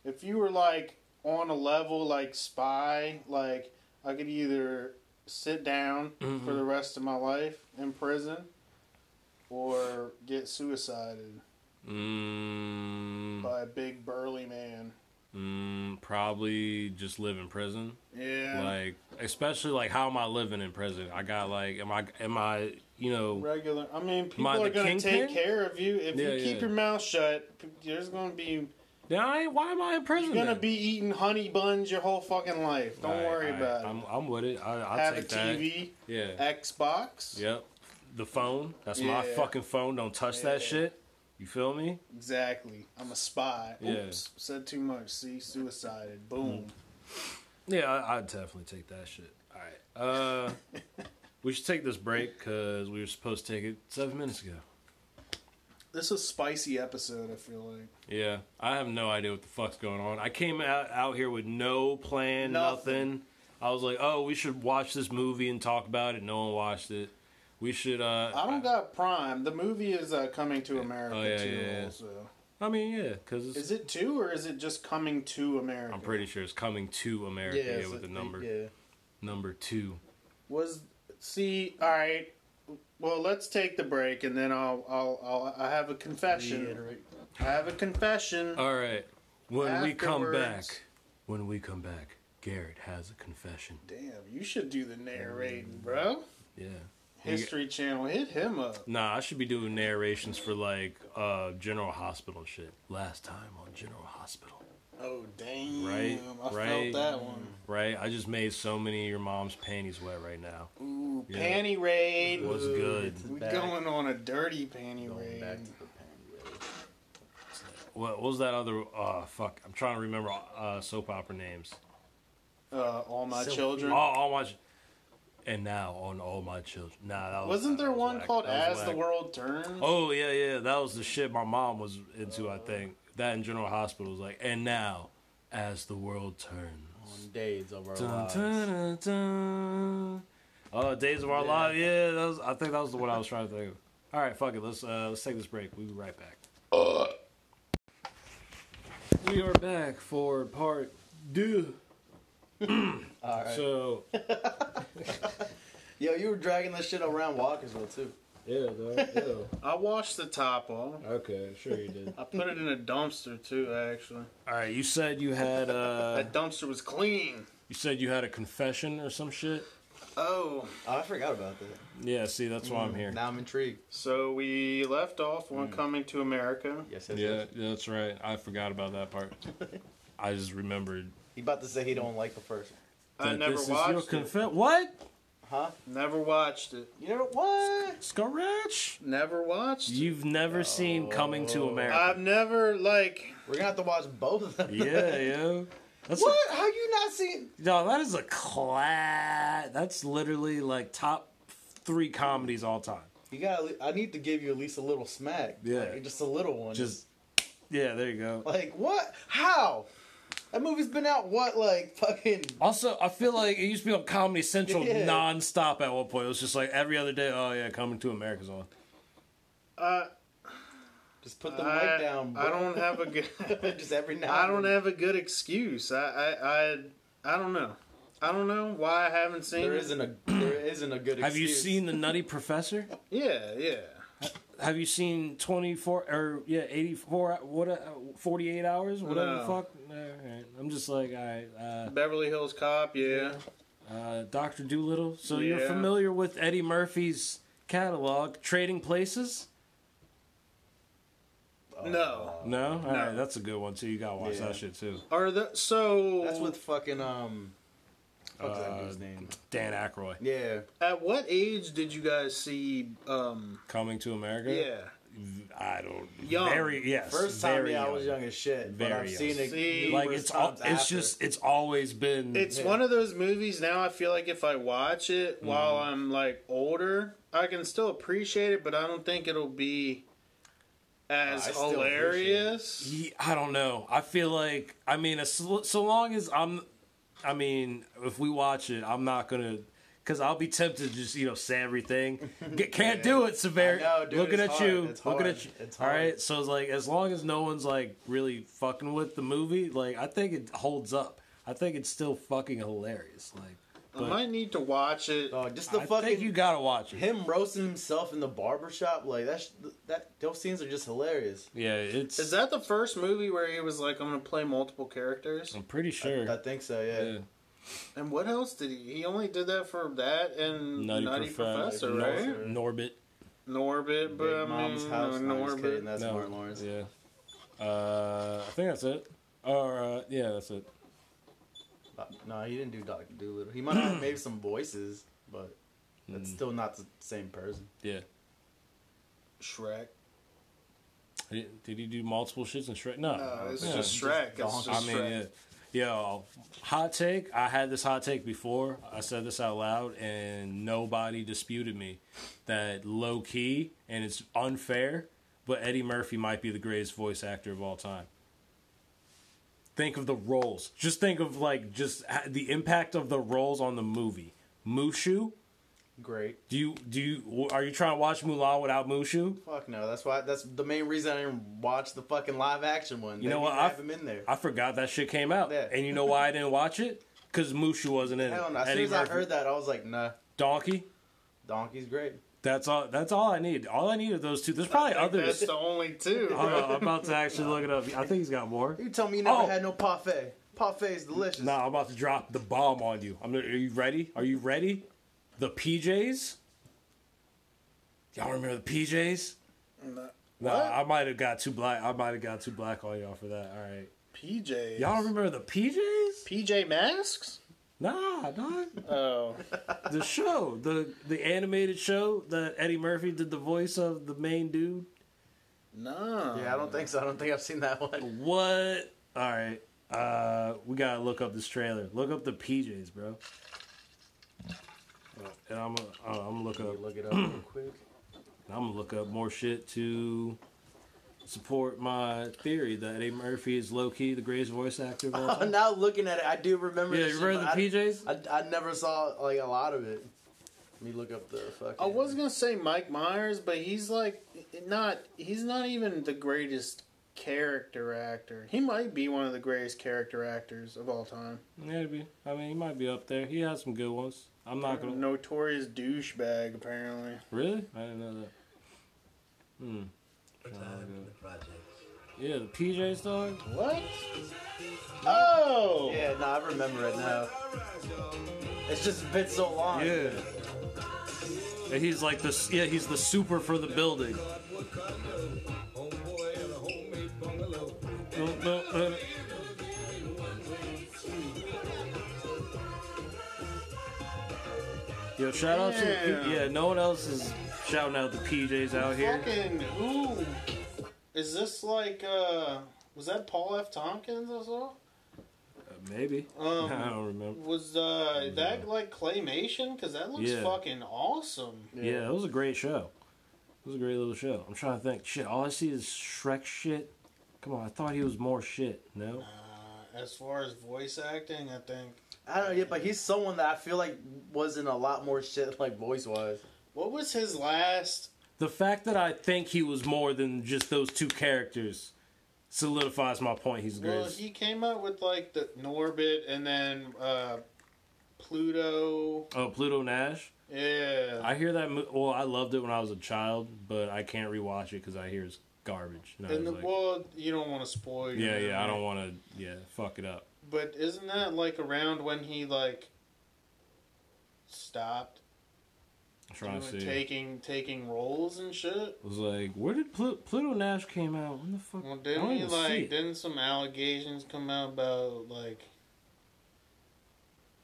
[SPEAKER 2] If you were like on a level like spy, like I could either sit down
[SPEAKER 1] Mm-hmm.
[SPEAKER 2] for the rest of my life in prison or get suicided
[SPEAKER 1] Mm,
[SPEAKER 2] by a big burly man.
[SPEAKER 1] mm, probably just live in prison.
[SPEAKER 2] Yeah.
[SPEAKER 1] Like, especially like, how am I living in prison? I got like, am I? Am I? You know,
[SPEAKER 2] regular. I mean, people
[SPEAKER 1] Mind
[SPEAKER 2] are
[SPEAKER 1] the
[SPEAKER 2] going to
[SPEAKER 1] kingpin?
[SPEAKER 2] take care of you if
[SPEAKER 1] Yeah,
[SPEAKER 2] you keep
[SPEAKER 1] yeah.
[SPEAKER 2] your mouth shut. p- There's going to be
[SPEAKER 1] then I ain't- why am I in prison?
[SPEAKER 2] you're going to
[SPEAKER 1] then?
[SPEAKER 2] be eating honey buns your whole fucking life. Don't
[SPEAKER 1] All right,
[SPEAKER 2] worry
[SPEAKER 1] all right.
[SPEAKER 2] about
[SPEAKER 1] I'm,
[SPEAKER 2] it.
[SPEAKER 1] I'm with it. I, I'll
[SPEAKER 2] Have a
[SPEAKER 1] take that.
[SPEAKER 2] TV,
[SPEAKER 1] Yeah.
[SPEAKER 2] Xbox.
[SPEAKER 1] Yep. The phone. That's my
[SPEAKER 2] Yeah.
[SPEAKER 1] fucking phone. Don't touch that
[SPEAKER 2] Yeah.
[SPEAKER 1] shit. You feel me?
[SPEAKER 2] Exactly. I'm a spy.
[SPEAKER 1] Yeah. Hmm.
[SPEAKER 2] Oops, said too much. See, suicided. Boom.
[SPEAKER 1] Yeah, I, I'd definitely take that shit. All right. Uh, we should take this break because we were supposed to take it seven minutes ago.
[SPEAKER 2] This was spicy episode. I feel like
[SPEAKER 1] Yeah, I have no idea what the fuck's going on. I came out, out here with no plan, nothing.
[SPEAKER 2] Nothing.
[SPEAKER 1] I was like, oh, we should watch this movie and talk about it. No one watched it. We should. uh
[SPEAKER 2] I don't got Prime. The movie is uh, coming to America
[SPEAKER 1] Oh, yeah,
[SPEAKER 2] too.
[SPEAKER 1] yeah, yeah.
[SPEAKER 2] Also,
[SPEAKER 1] I mean, yeah, because
[SPEAKER 2] is it two or is it just coming to America?
[SPEAKER 1] I'm pretty sure it's coming to America yeah,
[SPEAKER 3] so-
[SPEAKER 1] with the number
[SPEAKER 3] Yeah.
[SPEAKER 1] number two.
[SPEAKER 2] Was see all right. Well, let's take the break and then I'll I'll, I'll I have a confession.
[SPEAKER 3] Reiterate.
[SPEAKER 2] I have a confession.
[SPEAKER 1] All right. When we come
[SPEAKER 2] Afterwards.
[SPEAKER 1] back, when we come back, Garrett has a confession.
[SPEAKER 2] Damn, you should do the
[SPEAKER 1] Mm.
[SPEAKER 2] narrating, bro.
[SPEAKER 1] Yeah.
[SPEAKER 2] History Channel, hit him up.
[SPEAKER 1] Nah, I should be doing narrations for like uh General Hospital shit. Last time on General Hospital.
[SPEAKER 2] Oh damn,
[SPEAKER 1] Right,
[SPEAKER 2] I
[SPEAKER 1] right.
[SPEAKER 2] felt that one.
[SPEAKER 1] Right? I just made so many of your mom's panties wet right now.
[SPEAKER 2] Ooh,
[SPEAKER 1] Yeah.
[SPEAKER 2] panty raid.
[SPEAKER 1] It was good.
[SPEAKER 2] We
[SPEAKER 3] Back.
[SPEAKER 2] going on a dirty panty
[SPEAKER 3] Going
[SPEAKER 2] raid.
[SPEAKER 3] back to the panty raid.
[SPEAKER 1] What, what was that other uh fuck I'm trying to remember uh soap opera names.
[SPEAKER 2] Uh, all my
[SPEAKER 3] So-
[SPEAKER 1] All,
[SPEAKER 2] children.
[SPEAKER 1] all my and now on all my children. Nah, that was,
[SPEAKER 2] Wasn't
[SPEAKER 1] Oh, that
[SPEAKER 2] there
[SPEAKER 1] was
[SPEAKER 2] one
[SPEAKER 1] whack.
[SPEAKER 2] called
[SPEAKER 1] That was
[SPEAKER 2] As the
[SPEAKER 1] whack.
[SPEAKER 2] World Turns?
[SPEAKER 1] Oh yeah, yeah. That was the shit my mom was into, I think. That in General Hospital was like, and now, as the world turns.
[SPEAKER 3] On days of our
[SPEAKER 1] Dun,
[SPEAKER 3] lives.
[SPEAKER 1] dun, dun, dun. Oh, Days of Our
[SPEAKER 3] Yeah.
[SPEAKER 1] Lives. Yeah, that was, I think that was the one I was trying to think of. All right, fuck it. Let's uh, let's take this break. We'll be right back. We are back for part two.
[SPEAKER 3] All right.
[SPEAKER 1] So
[SPEAKER 3] Yo, you were dragging that shit around Walkersville too.
[SPEAKER 1] yeah, though,
[SPEAKER 2] I washed the top off.
[SPEAKER 1] yeah. Okay, sure you did.
[SPEAKER 2] I put it in a dumpster too. Actually,
[SPEAKER 1] All right, you said you had uh,
[SPEAKER 2] that dumpster was clean.
[SPEAKER 1] you said you had a confession or some shit.
[SPEAKER 2] Oh.
[SPEAKER 3] Oh, I forgot about that.
[SPEAKER 1] Yeah, see, that's why
[SPEAKER 2] Mm.
[SPEAKER 1] I'm here.
[SPEAKER 3] Now I'm intrigued.
[SPEAKER 2] So we left off
[SPEAKER 1] Hmm.
[SPEAKER 2] on coming to America.
[SPEAKER 3] Yes, yes,
[SPEAKER 1] Yeah,
[SPEAKER 3] yes.
[SPEAKER 1] yeah, that's right. I forgot about that part. I just remembered.
[SPEAKER 3] He about to say he don't like the first.
[SPEAKER 2] I
[SPEAKER 1] that
[SPEAKER 2] never
[SPEAKER 1] this is your
[SPEAKER 2] watched it.
[SPEAKER 1] confe- What?
[SPEAKER 3] Huh?
[SPEAKER 2] Never watched it.
[SPEAKER 3] You know what?
[SPEAKER 1] Scratch.
[SPEAKER 2] Never watched. it.
[SPEAKER 1] You've never seen Coming to America.
[SPEAKER 2] I've never like.
[SPEAKER 3] We're gonna have to watch both of
[SPEAKER 2] Oh.
[SPEAKER 3] them.
[SPEAKER 1] yeah, yo. That's
[SPEAKER 3] What? How you not seen?
[SPEAKER 1] A, no, that is a class. That's literally like top three comedies all time.
[SPEAKER 3] You got. I need to give you at least a little smack.
[SPEAKER 1] Yeah.
[SPEAKER 3] Like, just a little one.
[SPEAKER 1] Just yeah, there you go.
[SPEAKER 3] like what? How? That movie's been out what like fucking
[SPEAKER 1] Also, I feel like it used to be on Comedy Central
[SPEAKER 3] Yeah.
[SPEAKER 1] nonstop at one point. It was just like every other day. Oh yeah, Coming to America's on.
[SPEAKER 2] Uh,
[SPEAKER 3] just put the
[SPEAKER 2] I,
[SPEAKER 3] mic down.
[SPEAKER 2] I
[SPEAKER 3] Bro.
[SPEAKER 2] don't have a good.
[SPEAKER 3] just every now.
[SPEAKER 2] I
[SPEAKER 3] and
[SPEAKER 2] don't
[SPEAKER 3] then.
[SPEAKER 2] have a good excuse. I I I, I don't know. I don't know why I haven't seen
[SPEAKER 3] There
[SPEAKER 2] it.
[SPEAKER 3] isn't a. There isn't a good. Excuse.
[SPEAKER 1] Have you seen The Nutty Professor?
[SPEAKER 2] Yeah, yeah.
[SPEAKER 1] Have you seen 24 or yeah, 84 what uh, 48 hours, whatever the
[SPEAKER 2] No.
[SPEAKER 1] fuck? All right. I'm just like, all right, uh,
[SPEAKER 2] Beverly Hills Cop. Yeah.
[SPEAKER 1] uh, Dr. Doolittle. So you're
[SPEAKER 2] Yeah.
[SPEAKER 1] familiar with Eddie Murphy's catalog, Trading Places?
[SPEAKER 3] Uh-huh.
[SPEAKER 2] No.
[SPEAKER 1] No? All right,
[SPEAKER 2] No.
[SPEAKER 1] that's a good one too. You got to watch
[SPEAKER 3] Yeah.
[SPEAKER 1] that shit too.
[SPEAKER 2] Are the so?
[SPEAKER 3] That's with fucking um. What's that dude's
[SPEAKER 1] Uh,
[SPEAKER 3] name?
[SPEAKER 1] Dan Aykroyd
[SPEAKER 3] Yeah.
[SPEAKER 2] At what age did you guys see? Um.
[SPEAKER 1] coming to America.
[SPEAKER 2] Yeah.
[SPEAKER 1] I don't
[SPEAKER 2] Young.
[SPEAKER 1] very yes.
[SPEAKER 3] First time,
[SPEAKER 1] very
[SPEAKER 3] yeah, I was young as shit. but
[SPEAKER 1] Very
[SPEAKER 3] I've
[SPEAKER 1] young.
[SPEAKER 3] seen it.
[SPEAKER 2] See,
[SPEAKER 3] numerous
[SPEAKER 1] Like it's all,
[SPEAKER 3] times
[SPEAKER 1] it's
[SPEAKER 3] after.
[SPEAKER 1] just it's always been
[SPEAKER 2] It's
[SPEAKER 3] Yeah.
[SPEAKER 2] one of those movies now I feel like if I watch it
[SPEAKER 3] Mm-hmm.
[SPEAKER 2] while I'm like older, I can still appreciate it, but I don't think it'll be as
[SPEAKER 3] I still
[SPEAKER 2] hilarious.
[SPEAKER 1] Ye- I don't know. I feel like I mean, as, so long as I'm, I mean, if we watch it, I'm not gonna, cause I'll be tempted to just you know say everything. G- can't do it, Sever.
[SPEAKER 3] I know, dude,
[SPEAKER 1] looking at
[SPEAKER 3] it's
[SPEAKER 1] you,
[SPEAKER 3] hard. It's
[SPEAKER 1] looking
[SPEAKER 3] hard.
[SPEAKER 1] at you.
[SPEAKER 3] It's
[SPEAKER 1] All
[SPEAKER 3] hard.
[SPEAKER 1] right, so it's like as long as no one's like really fucking with the movie, like I think it holds up. I think it's still fucking hilarious. Like,
[SPEAKER 2] I might need to watch it.
[SPEAKER 3] Oh, just the
[SPEAKER 1] I
[SPEAKER 3] fucking
[SPEAKER 1] think you gotta watch it.
[SPEAKER 3] him roasting himself in the barbershop. Like that's that. Those scenes are just hilarious.
[SPEAKER 1] Yeah, it's.
[SPEAKER 2] Is that the first movie where he was like, I'm going to play multiple characters?
[SPEAKER 1] I'm pretty sure.
[SPEAKER 3] I think so.
[SPEAKER 1] yeah.
[SPEAKER 3] Yeah.
[SPEAKER 2] And what else did he? He only did that for that and
[SPEAKER 1] Nutty,
[SPEAKER 2] Nutty,
[SPEAKER 1] Professor,
[SPEAKER 2] Professor, right?
[SPEAKER 1] Nor- Norbit.
[SPEAKER 2] Norbit, but I mean,
[SPEAKER 3] Big mom's house.
[SPEAKER 2] no,
[SPEAKER 3] No, I'm just kidding.
[SPEAKER 2] Norbit.
[SPEAKER 3] That's Martin Lawrence.
[SPEAKER 1] Yeah. Uh, I think that's it. Or uh, yeah, that's it.
[SPEAKER 3] Uh, No, he didn't do Doctor Doolittle. He might have made some voices, but that's
[SPEAKER 1] Hmm.
[SPEAKER 3] still not the same person.
[SPEAKER 1] Yeah.
[SPEAKER 2] Shrek.
[SPEAKER 1] Did, did he do multiple shits in Shrek? No.
[SPEAKER 2] No, Oh, it's
[SPEAKER 1] Yeah.
[SPEAKER 2] just Shrek. It's
[SPEAKER 3] Just-
[SPEAKER 2] just
[SPEAKER 1] I mean,
[SPEAKER 2] Shrek.
[SPEAKER 1] yeah. yo, hot take. I had this hot take before. I said this out loud, and nobody disputed me that low key, and it's unfair, but Eddie Murphy might be the greatest voice actor of all time. Think of the roles. Just think of like just ha- the impact of the roles on the movie. Mushu.
[SPEAKER 3] Great.
[SPEAKER 1] Do you do you are you trying to watch Mulan without Mushu?
[SPEAKER 3] Fuck no. That's why. That's the main reason I didn't watch the fucking live action one.
[SPEAKER 1] You
[SPEAKER 3] They
[SPEAKER 1] know
[SPEAKER 3] need
[SPEAKER 1] what?
[SPEAKER 3] to
[SPEAKER 1] I-
[SPEAKER 3] Have him in there.
[SPEAKER 1] I forgot that shit came out,
[SPEAKER 3] Yeah.
[SPEAKER 1] and you know why I didn't watch it? Because Mushu wasn't in it.
[SPEAKER 3] Hell no. As soon
[SPEAKER 1] Eddie
[SPEAKER 3] as I
[SPEAKER 1] Murphy-
[SPEAKER 3] heard that, I was like, nah.
[SPEAKER 1] Donkey.
[SPEAKER 3] Donkey's great.
[SPEAKER 1] That's all. That's all I need. All I need are those two. There's probably
[SPEAKER 2] That's
[SPEAKER 1] others.
[SPEAKER 2] the only two.
[SPEAKER 1] Hold on, I'm about to actually look it up. I think he's got more.
[SPEAKER 3] You tell me you never
[SPEAKER 1] Oh.
[SPEAKER 3] had no parfait. Parfait is delicious.
[SPEAKER 1] Nah, I'm about to drop the bomb on you. I'm. Are you ready? Are you ready? The PJs. Y'all remember the PJs? No.
[SPEAKER 2] What?
[SPEAKER 1] Nah, I might have got too black. I might have got too black on y'all for that. All right.
[SPEAKER 2] PJ.
[SPEAKER 1] Y'all remember the PJs?
[SPEAKER 2] PJ Masks?
[SPEAKER 1] Nah, dog.
[SPEAKER 2] Oh.
[SPEAKER 1] The show, the the animated show that Eddie Murphy did the voice of the main dude.
[SPEAKER 2] No.
[SPEAKER 3] Yeah, I don't think so. I don't think I've seen that one.
[SPEAKER 1] What? All right. Uh, we gotta look up this trailer. Look up the PJs, bro. Uh, And I'm gonna, uh, I'm gonna look up.
[SPEAKER 3] Look it up real quick.
[SPEAKER 1] I'm gonna look up more shit to support my theory that Eddie Murphy is low key the greatest voice actor of all
[SPEAKER 3] Oh,
[SPEAKER 1] time.
[SPEAKER 3] now looking at it, I do remember.
[SPEAKER 1] Yeah,
[SPEAKER 3] this
[SPEAKER 1] you
[SPEAKER 3] shit,
[SPEAKER 1] remember
[SPEAKER 3] but
[SPEAKER 1] the PJs?
[SPEAKER 3] I, I, I never saw like a lot of it. Let me look up the fucking.
[SPEAKER 2] I was gonna say Mike Myers, but he's like not. He's not even the greatest character actor. He might be one of the greatest character actors of all time.
[SPEAKER 1] Yeah, be. I mean, he might be up there. He has some good ones. I'm not gonna.
[SPEAKER 2] Notorious douchebag, apparently.
[SPEAKER 1] Really? I didn't know that. Hmm. Yeah, the PJs, dog.
[SPEAKER 2] What? Oh,
[SPEAKER 3] Yeah, no, I remember it now. It's just been so long.
[SPEAKER 1] Yeah. And he's like this. Yeah, he's the super for the building. No, no, no. Yo, shout out to the P-
[SPEAKER 2] Yeah.
[SPEAKER 1] yeah. No one else is shouting out the PJs out here.
[SPEAKER 2] Fucking ooh. Is this like uh was that Paul F. Tompkins or so?
[SPEAKER 1] Uh, maybe
[SPEAKER 2] Um,
[SPEAKER 1] I don't remember.
[SPEAKER 2] Was uh that like claymation? Because that looks
[SPEAKER 1] Yeah.
[SPEAKER 2] fucking awesome.
[SPEAKER 1] Yeah. it was a great show. It was a great little show. I'm trying to think. Shit, all I see is Shrek shit. Come on, I thought he was more shit. No,
[SPEAKER 2] Uh, As far as voice acting, I think.
[SPEAKER 3] I don't know yet, but he's someone that I feel like wasn't a lot more shit like voice wise.
[SPEAKER 2] What was his last?
[SPEAKER 1] the fact that I think he was more than just those two characters solidifies my point. He's the
[SPEAKER 2] Well,
[SPEAKER 1] greatest.
[SPEAKER 2] he came out with like the Norbit and then uh Pluto.
[SPEAKER 1] Oh, Pluto Nash.
[SPEAKER 2] Yeah.
[SPEAKER 1] I hear that. Mo- well, I loved it when I was a child, but I can't rewatch it because I hear it's garbage. And I
[SPEAKER 2] and the,
[SPEAKER 1] was like,
[SPEAKER 2] well, you don't want to spoil. your
[SPEAKER 1] yeah, yeah, I
[SPEAKER 2] movie.
[SPEAKER 1] don't want to. Yeah, fuck it up.
[SPEAKER 2] But isn't that like around when he like stopped
[SPEAKER 1] I'm trying
[SPEAKER 2] doing-
[SPEAKER 1] to Oh, see.
[SPEAKER 2] taking taking roles and shit?
[SPEAKER 1] It was like, where did Plu- Pluto Nash came out? When the fuck?
[SPEAKER 2] Well,
[SPEAKER 1] I don't
[SPEAKER 2] didn't he
[SPEAKER 1] even see
[SPEAKER 2] like?
[SPEAKER 1] it.
[SPEAKER 2] Didn't some allegations come out about like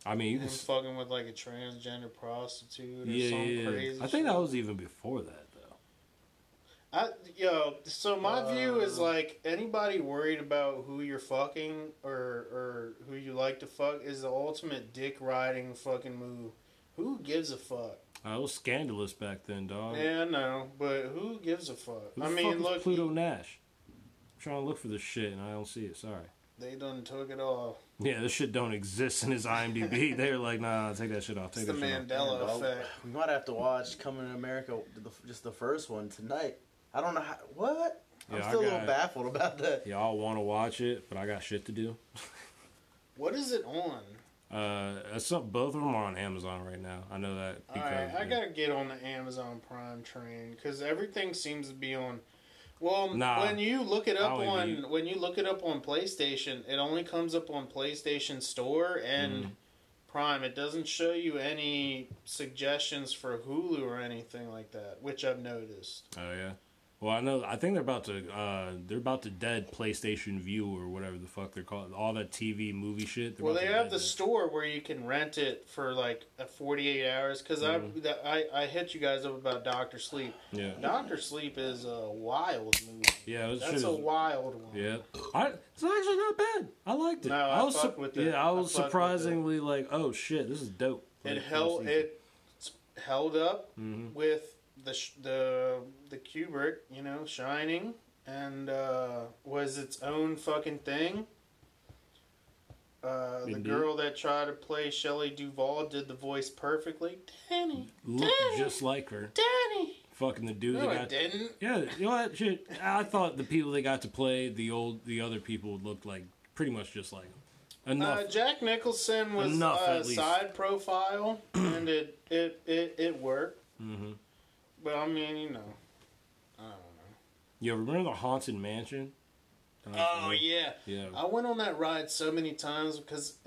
[SPEAKER 1] I mean, you
[SPEAKER 2] him
[SPEAKER 1] can. s-
[SPEAKER 2] fucking with like a transgender prostitute or
[SPEAKER 1] Yeah,
[SPEAKER 2] some
[SPEAKER 1] yeah.
[SPEAKER 2] crazy?
[SPEAKER 1] I think that
[SPEAKER 2] shit?
[SPEAKER 1] was even before that, though.
[SPEAKER 2] I, yo, so my view
[SPEAKER 1] Uh.
[SPEAKER 2] is like anybody worried about who you're fucking or or who you like to fuck is the ultimate dick riding fucking move. Who gives a fuck?
[SPEAKER 1] I Uh, was scandalous back then, dog.
[SPEAKER 2] Yeah, I know, but who gives a fuck?
[SPEAKER 1] Who
[SPEAKER 2] I
[SPEAKER 1] the fuck
[SPEAKER 2] mean,
[SPEAKER 1] is
[SPEAKER 2] look,
[SPEAKER 1] Pluto Nash. I'm trying to look for this shit and I don't see it. Sorry.
[SPEAKER 2] they done took it off.
[SPEAKER 1] Yeah, this shit don't exist in his IMDb. They're like, nah, take that shit off. Take
[SPEAKER 2] It's the
[SPEAKER 1] that shit off.
[SPEAKER 2] Mandela
[SPEAKER 3] Well,
[SPEAKER 2] effect.
[SPEAKER 3] We might have to watch Coming to America, the, just the first one tonight. I don't know how, what. I'm
[SPEAKER 1] Yeah, I
[SPEAKER 3] still a
[SPEAKER 1] got
[SPEAKER 3] little
[SPEAKER 1] it.
[SPEAKER 3] baffled about that.
[SPEAKER 1] Y'all want to watch it, but I got shit to do.
[SPEAKER 2] What is it on?
[SPEAKER 1] Uh, that's up, both of them are on Amazon right now. I know that.
[SPEAKER 2] All right, I
[SPEAKER 1] yeah.
[SPEAKER 2] gotta get on the Amazon Prime train because everything seems to be on. Well,
[SPEAKER 1] Nah.
[SPEAKER 2] when you look it up
[SPEAKER 1] I'll
[SPEAKER 2] on
[SPEAKER 1] leave.
[SPEAKER 2] when you look it up on PlayStation, it only comes up on PlayStation Store and
[SPEAKER 1] Mm-hmm.
[SPEAKER 2] Prime. It doesn't show you any suggestions for Hulu or anything like that, which I've noticed.
[SPEAKER 1] Oh yeah. Well, I know. I think they're about to. Uh, they're about to dead PlayStation View or whatever the fuck they're called. All that TV movie shit. they're
[SPEAKER 2] Well,
[SPEAKER 1] about
[SPEAKER 2] they
[SPEAKER 1] to
[SPEAKER 2] have
[SPEAKER 1] dead
[SPEAKER 2] the
[SPEAKER 1] that.
[SPEAKER 2] store where you can rent it for like a 48 hours because
[SPEAKER 1] Mm-hmm.
[SPEAKER 2] I, I I hit you guys up about Doctor Sleep.
[SPEAKER 1] Yeah.
[SPEAKER 2] Doctor Sleep is a wild movie.
[SPEAKER 1] Yeah, it was
[SPEAKER 2] That's
[SPEAKER 1] shit
[SPEAKER 2] a
[SPEAKER 1] is-
[SPEAKER 2] wild one.
[SPEAKER 1] Yeah, I, it's actually not bad. I liked it.
[SPEAKER 2] No, I
[SPEAKER 1] was
[SPEAKER 2] fuck with it.
[SPEAKER 1] Yeah, I
[SPEAKER 2] I
[SPEAKER 1] was
[SPEAKER 2] fuck with it.
[SPEAKER 1] surprisingly like, oh shit, this is dope.
[SPEAKER 2] It
[SPEAKER 1] Like,
[SPEAKER 2] held
[SPEAKER 1] first season. Mm-hmm.
[SPEAKER 2] it held up with the sh- the the Kubrick, you know, Shining, and uh, was its own fucking thing. Uh, the
[SPEAKER 1] Indeed.
[SPEAKER 2] girl that tried to play Shelley Duvall did the voice perfectly. Danny,
[SPEAKER 1] looked just like her.
[SPEAKER 2] Danny.
[SPEAKER 1] Fucking the dude
[SPEAKER 2] No,
[SPEAKER 1] that
[SPEAKER 2] it
[SPEAKER 1] got.
[SPEAKER 2] didn't.
[SPEAKER 1] Yeah, you know what? Shit, I thought the people they got to play the old, the other people looked like pretty much just like him. Enough.
[SPEAKER 2] Uh, Jack Nicholson was
[SPEAKER 1] Enough,
[SPEAKER 2] uh,
[SPEAKER 1] at least.
[SPEAKER 2] side profile, and it it it, it worked. Mm-hmm. But I mean, you know.
[SPEAKER 1] Yo, remember the haunted mansion?
[SPEAKER 2] Oh yeah.
[SPEAKER 1] Yeah.
[SPEAKER 2] I went on that ride so many times because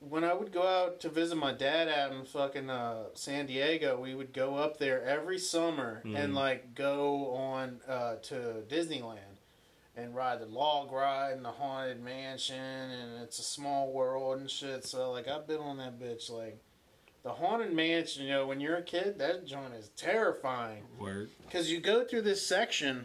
[SPEAKER 2] when I would go out to visit my dad out in fucking uh, San Diego, we would go up there every summer and like go on uh, to Disneyland and ride the log ride and the haunted mansion and it's a small world and shit. So like I've been on that bitch like. The haunted mansion, you know, when you're a kid, that joint is terrifying
[SPEAKER 1] Word.
[SPEAKER 2] because you go through this section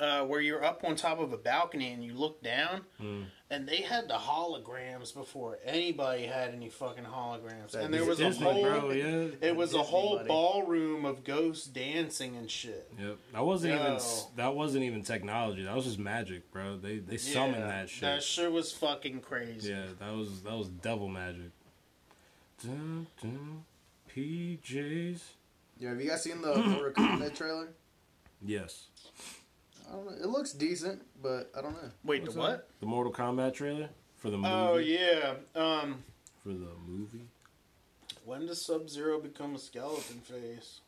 [SPEAKER 2] uh, where you're up on top of a balcony and you look down,
[SPEAKER 1] Mm.
[SPEAKER 2] and they had the holograms before anybody had any fucking holograms, and there was a
[SPEAKER 1] Disney,
[SPEAKER 2] whole
[SPEAKER 1] bro. Yeah.
[SPEAKER 2] it was a
[SPEAKER 3] Disney,
[SPEAKER 2] whole
[SPEAKER 3] buddy.
[SPEAKER 2] ballroom of ghosts dancing and shit.
[SPEAKER 1] Yep. That wasn't even
[SPEAKER 2] Yo.
[SPEAKER 1] that wasn't even technology. That was just magic, bro. They they summoned
[SPEAKER 2] Yeah,
[SPEAKER 1] that shit.
[SPEAKER 2] That shit was fucking crazy.
[SPEAKER 1] yeah, that was that was devil magic. Dun, dun, PJs.
[SPEAKER 3] Yeah, have you guys seen the Mortal Kombat trailer?
[SPEAKER 1] Yes.
[SPEAKER 3] I don't know. It looks decent, but I don't know.
[SPEAKER 2] Wait, the what?
[SPEAKER 1] The Mortal Kombat trailer for the movie.
[SPEAKER 2] Oh yeah. Um,
[SPEAKER 1] For the movie.
[SPEAKER 2] when does Sub Zero become a skeleton face?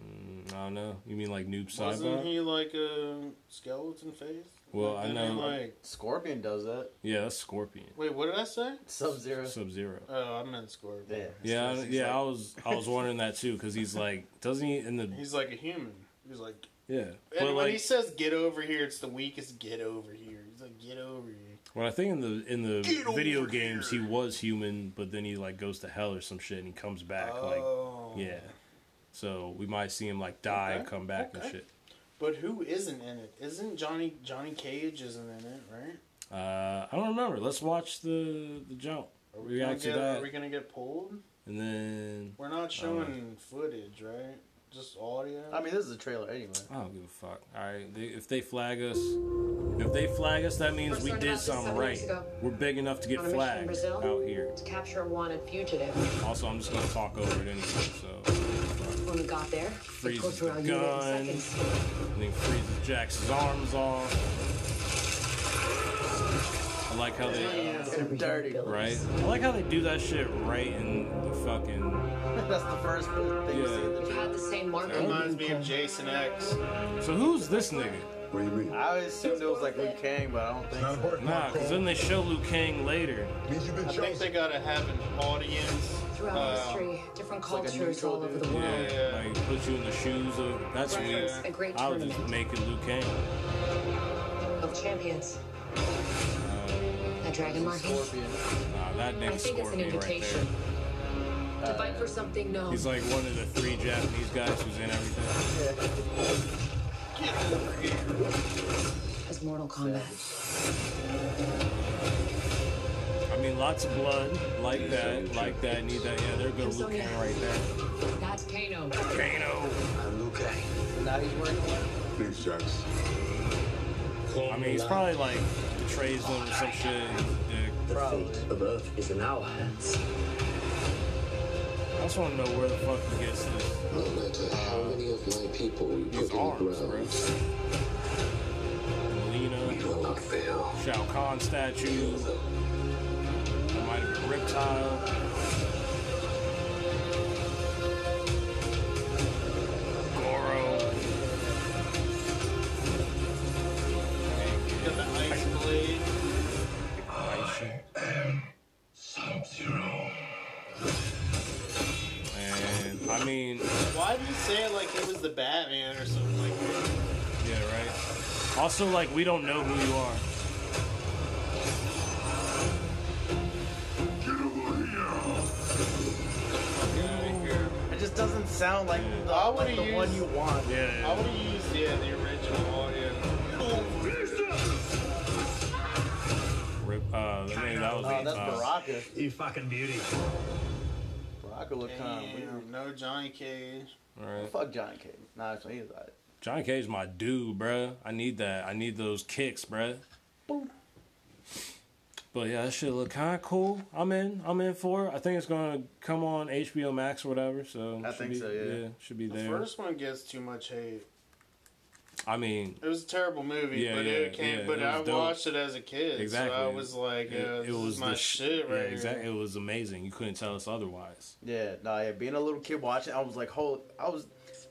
[SPEAKER 1] Mm, I don't know. You mean like Noob
[SPEAKER 2] Wasn't
[SPEAKER 1] Saibot?
[SPEAKER 2] he like a skeleton face?
[SPEAKER 1] Well, I
[SPEAKER 2] Didn't he,
[SPEAKER 1] know-
[SPEAKER 2] Like,
[SPEAKER 3] Scorpion does that.
[SPEAKER 1] Yeah, that's Scorpion.
[SPEAKER 2] wait, what did I say?
[SPEAKER 3] Sub Zero.
[SPEAKER 1] Sub Zero.
[SPEAKER 2] Oh, I meant Scorpion.
[SPEAKER 3] Yeah,
[SPEAKER 1] Yeah, I-
[SPEAKER 3] He's
[SPEAKER 1] yeah. I
[SPEAKER 3] like-
[SPEAKER 1] was I was wondering that too because he's like, doesn't he in the
[SPEAKER 2] He's like a human. He's like,
[SPEAKER 1] yeah?
[SPEAKER 2] and
[SPEAKER 1] But
[SPEAKER 2] when
[SPEAKER 1] like,
[SPEAKER 2] he says "get over here," it's the weakest "get over here." He's like, "Get over here."
[SPEAKER 1] Well, I think in the in the video games he was human, but then he like goes to hell or some shit and he comes back
[SPEAKER 2] Oh.
[SPEAKER 1] like yeah. So we might see him like die,
[SPEAKER 2] Okay,
[SPEAKER 1] come back
[SPEAKER 2] okay.
[SPEAKER 1] and shit.
[SPEAKER 2] But who isn't in it? Isn't Johnny Johnny Cage isn't in it, right?
[SPEAKER 1] Uh, I don't remember. Let's watch the the jump.
[SPEAKER 2] Are we, gonna
[SPEAKER 1] React to
[SPEAKER 2] get,
[SPEAKER 1] that,
[SPEAKER 2] are we gonna get pulled?
[SPEAKER 1] and then
[SPEAKER 2] We're not showing footage, right? Just audio.
[SPEAKER 3] I mean, this is a trailer anyway.
[SPEAKER 1] I don't give a fuck. All right, they, if they flag us, if they flag us, that means
[SPEAKER 10] First
[SPEAKER 1] we
[SPEAKER 10] learned
[SPEAKER 1] did
[SPEAKER 10] about this
[SPEAKER 1] something
[SPEAKER 10] seven
[SPEAKER 1] right.
[SPEAKER 10] years ago.
[SPEAKER 1] We're big enough to get
[SPEAKER 10] On a mission in
[SPEAKER 1] flagged
[SPEAKER 10] Brazil.
[SPEAKER 1] out here.
[SPEAKER 10] to capture a wanted fugitive.
[SPEAKER 1] Also, I'm just gonna talk over it anyway. So
[SPEAKER 10] When we got there, the
[SPEAKER 1] Freezes
[SPEAKER 10] torture
[SPEAKER 1] the
[SPEAKER 10] on you in
[SPEAKER 1] gun.
[SPEAKER 10] seconds.
[SPEAKER 1] and then freezes Jackson's arms off. I like how they,
[SPEAKER 3] Dirty.
[SPEAKER 1] right? I like how they do that shit right in the fucking.
[SPEAKER 3] That's the first thing you see in the
[SPEAKER 10] You
[SPEAKER 3] trailer.
[SPEAKER 10] had the same marking.
[SPEAKER 2] reminds me of Jason X.
[SPEAKER 1] So who's this nigga?
[SPEAKER 4] What do you mean?
[SPEAKER 3] I always assumed it was like Luke Kang, but I don't think so.
[SPEAKER 4] worth
[SPEAKER 1] Nah, because then they show Liu Kang later.
[SPEAKER 4] Means you've been
[SPEAKER 2] I think they gotta have an audience. uh,
[SPEAKER 10] Throughout history, different
[SPEAKER 3] like a
[SPEAKER 10] cultures
[SPEAKER 3] neutral
[SPEAKER 10] all over the
[SPEAKER 3] dude.
[SPEAKER 10] world.
[SPEAKER 1] Yeah, like put you in the shoes of. That's weird.
[SPEAKER 10] Reference a great
[SPEAKER 1] I was just
[SPEAKER 10] tournament
[SPEAKER 1] making Liu Kang.
[SPEAKER 10] of champions. A dragon marking.
[SPEAKER 3] Scorpion.
[SPEAKER 1] Nah, that
[SPEAKER 10] I
[SPEAKER 1] nigga
[SPEAKER 10] think it's
[SPEAKER 1] scored
[SPEAKER 10] an
[SPEAKER 1] me right
[SPEAKER 10] invitation
[SPEAKER 1] there.
[SPEAKER 10] to fight for something known.
[SPEAKER 1] He's like one of the three Japanese guys who's in everything.
[SPEAKER 10] as Mortal Kombat.
[SPEAKER 1] I mean, lots of blood, like that, like that, need that. Yeah, they're good
[SPEAKER 10] So,
[SPEAKER 1] looking
[SPEAKER 10] yeah.
[SPEAKER 1] right there.
[SPEAKER 10] That's Kano.
[SPEAKER 1] Kano.
[SPEAKER 3] Now he's wearing
[SPEAKER 4] Thanks, Jax.
[SPEAKER 1] I mean, he's probably like betrays them or some shit. dick.
[SPEAKER 3] probably.
[SPEAKER 9] Of Earth is in our hands.
[SPEAKER 1] I just want to know where the fuck he gets this.
[SPEAKER 9] No matter how many of my people you
[SPEAKER 1] These
[SPEAKER 9] put on the
[SPEAKER 1] arms, bro.
[SPEAKER 9] ground,
[SPEAKER 1] Molina,
[SPEAKER 9] will not fail.
[SPEAKER 1] Shao Kahn statue. That might have been Riptile. Goro.
[SPEAKER 2] Got the ice blade.
[SPEAKER 4] Sub-Zero.
[SPEAKER 1] And I mean,
[SPEAKER 2] Why did you say it like it was the Batman or something like that?
[SPEAKER 1] yeah, right. Also, like, we don't know who you are.
[SPEAKER 4] Get over here.
[SPEAKER 3] It just doesn't sound like the,
[SPEAKER 2] I would've
[SPEAKER 3] like the one
[SPEAKER 2] used-
[SPEAKER 3] you want.
[SPEAKER 2] I
[SPEAKER 1] Yeah.
[SPEAKER 2] would have used yeah the original audio.
[SPEAKER 1] Rip, uh, the name that was.
[SPEAKER 3] Oh, that's
[SPEAKER 1] uh,
[SPEAKER 3] Baraka.
[SPEAKER 11] You fucking beauty.
[SPEAKER 3] Baraka looked kind of
[SPEAKER 2] Damn,
[SPEAKER 3] weird.
[SPEAKER 2] no Johnny Cage.
[SPEAKER 1] all right.
[SPEAKER 3] Fuck John Cage. Nah, actually, he's alright.
[SPEAKER 1] John Cage, my dude, bruh. I need that. I need those kicks, bruh. But yeah, that shit look kind of cool. I'm in. I'm in for it. I think it's gonna come on HBO Max or whatever. So
[SPEAKER 3] I
[SPEAKER 1] should
[SPEAKER 3] think
[SPEAKER 1] be-
[SPEAKER 3] so, yeah.
[SPEAKER 1] should be
[SPEAKER 2] The
[SPEAKER 1] there.
[SPEAKER 2] first one gets too much hate.
[SPEAKER 1] I mean,
[SPEAKER 2] It was a terrible movie,
[SPEAKER 1] Yeah,
[SPEAKER 2] but it
[SPEAKER 1] yeah,
[SPEAKER 2] came.
[SPEAKER 1] yeah,
[SPEAKER 2] but
[SPEAKER 1] it was
[SPEAKER 2] I
[SPEAKER 1] dope.
[SPEAKER 2] watched it as a kid,
[SPEAKER 1] exactly.
[SPEAKER 2] so I was like,
[SPEAKER 1] It-
[SPEAKER 2] yeah,
[SPEAKER 1] it, was
[SPEAKER 2] my
[SPEAKER 1] the sh-
[SPEAKER 2] shit
[SPEAKER 1] yeah,
[SPEAKER 2] right here.
[SPEAKER 1] exact- It was amazing. You couldn't tell us otherwise.
[SPEAKER 3] Yeah, nah, yeah. Being a little kid watching, I was like, whole, I was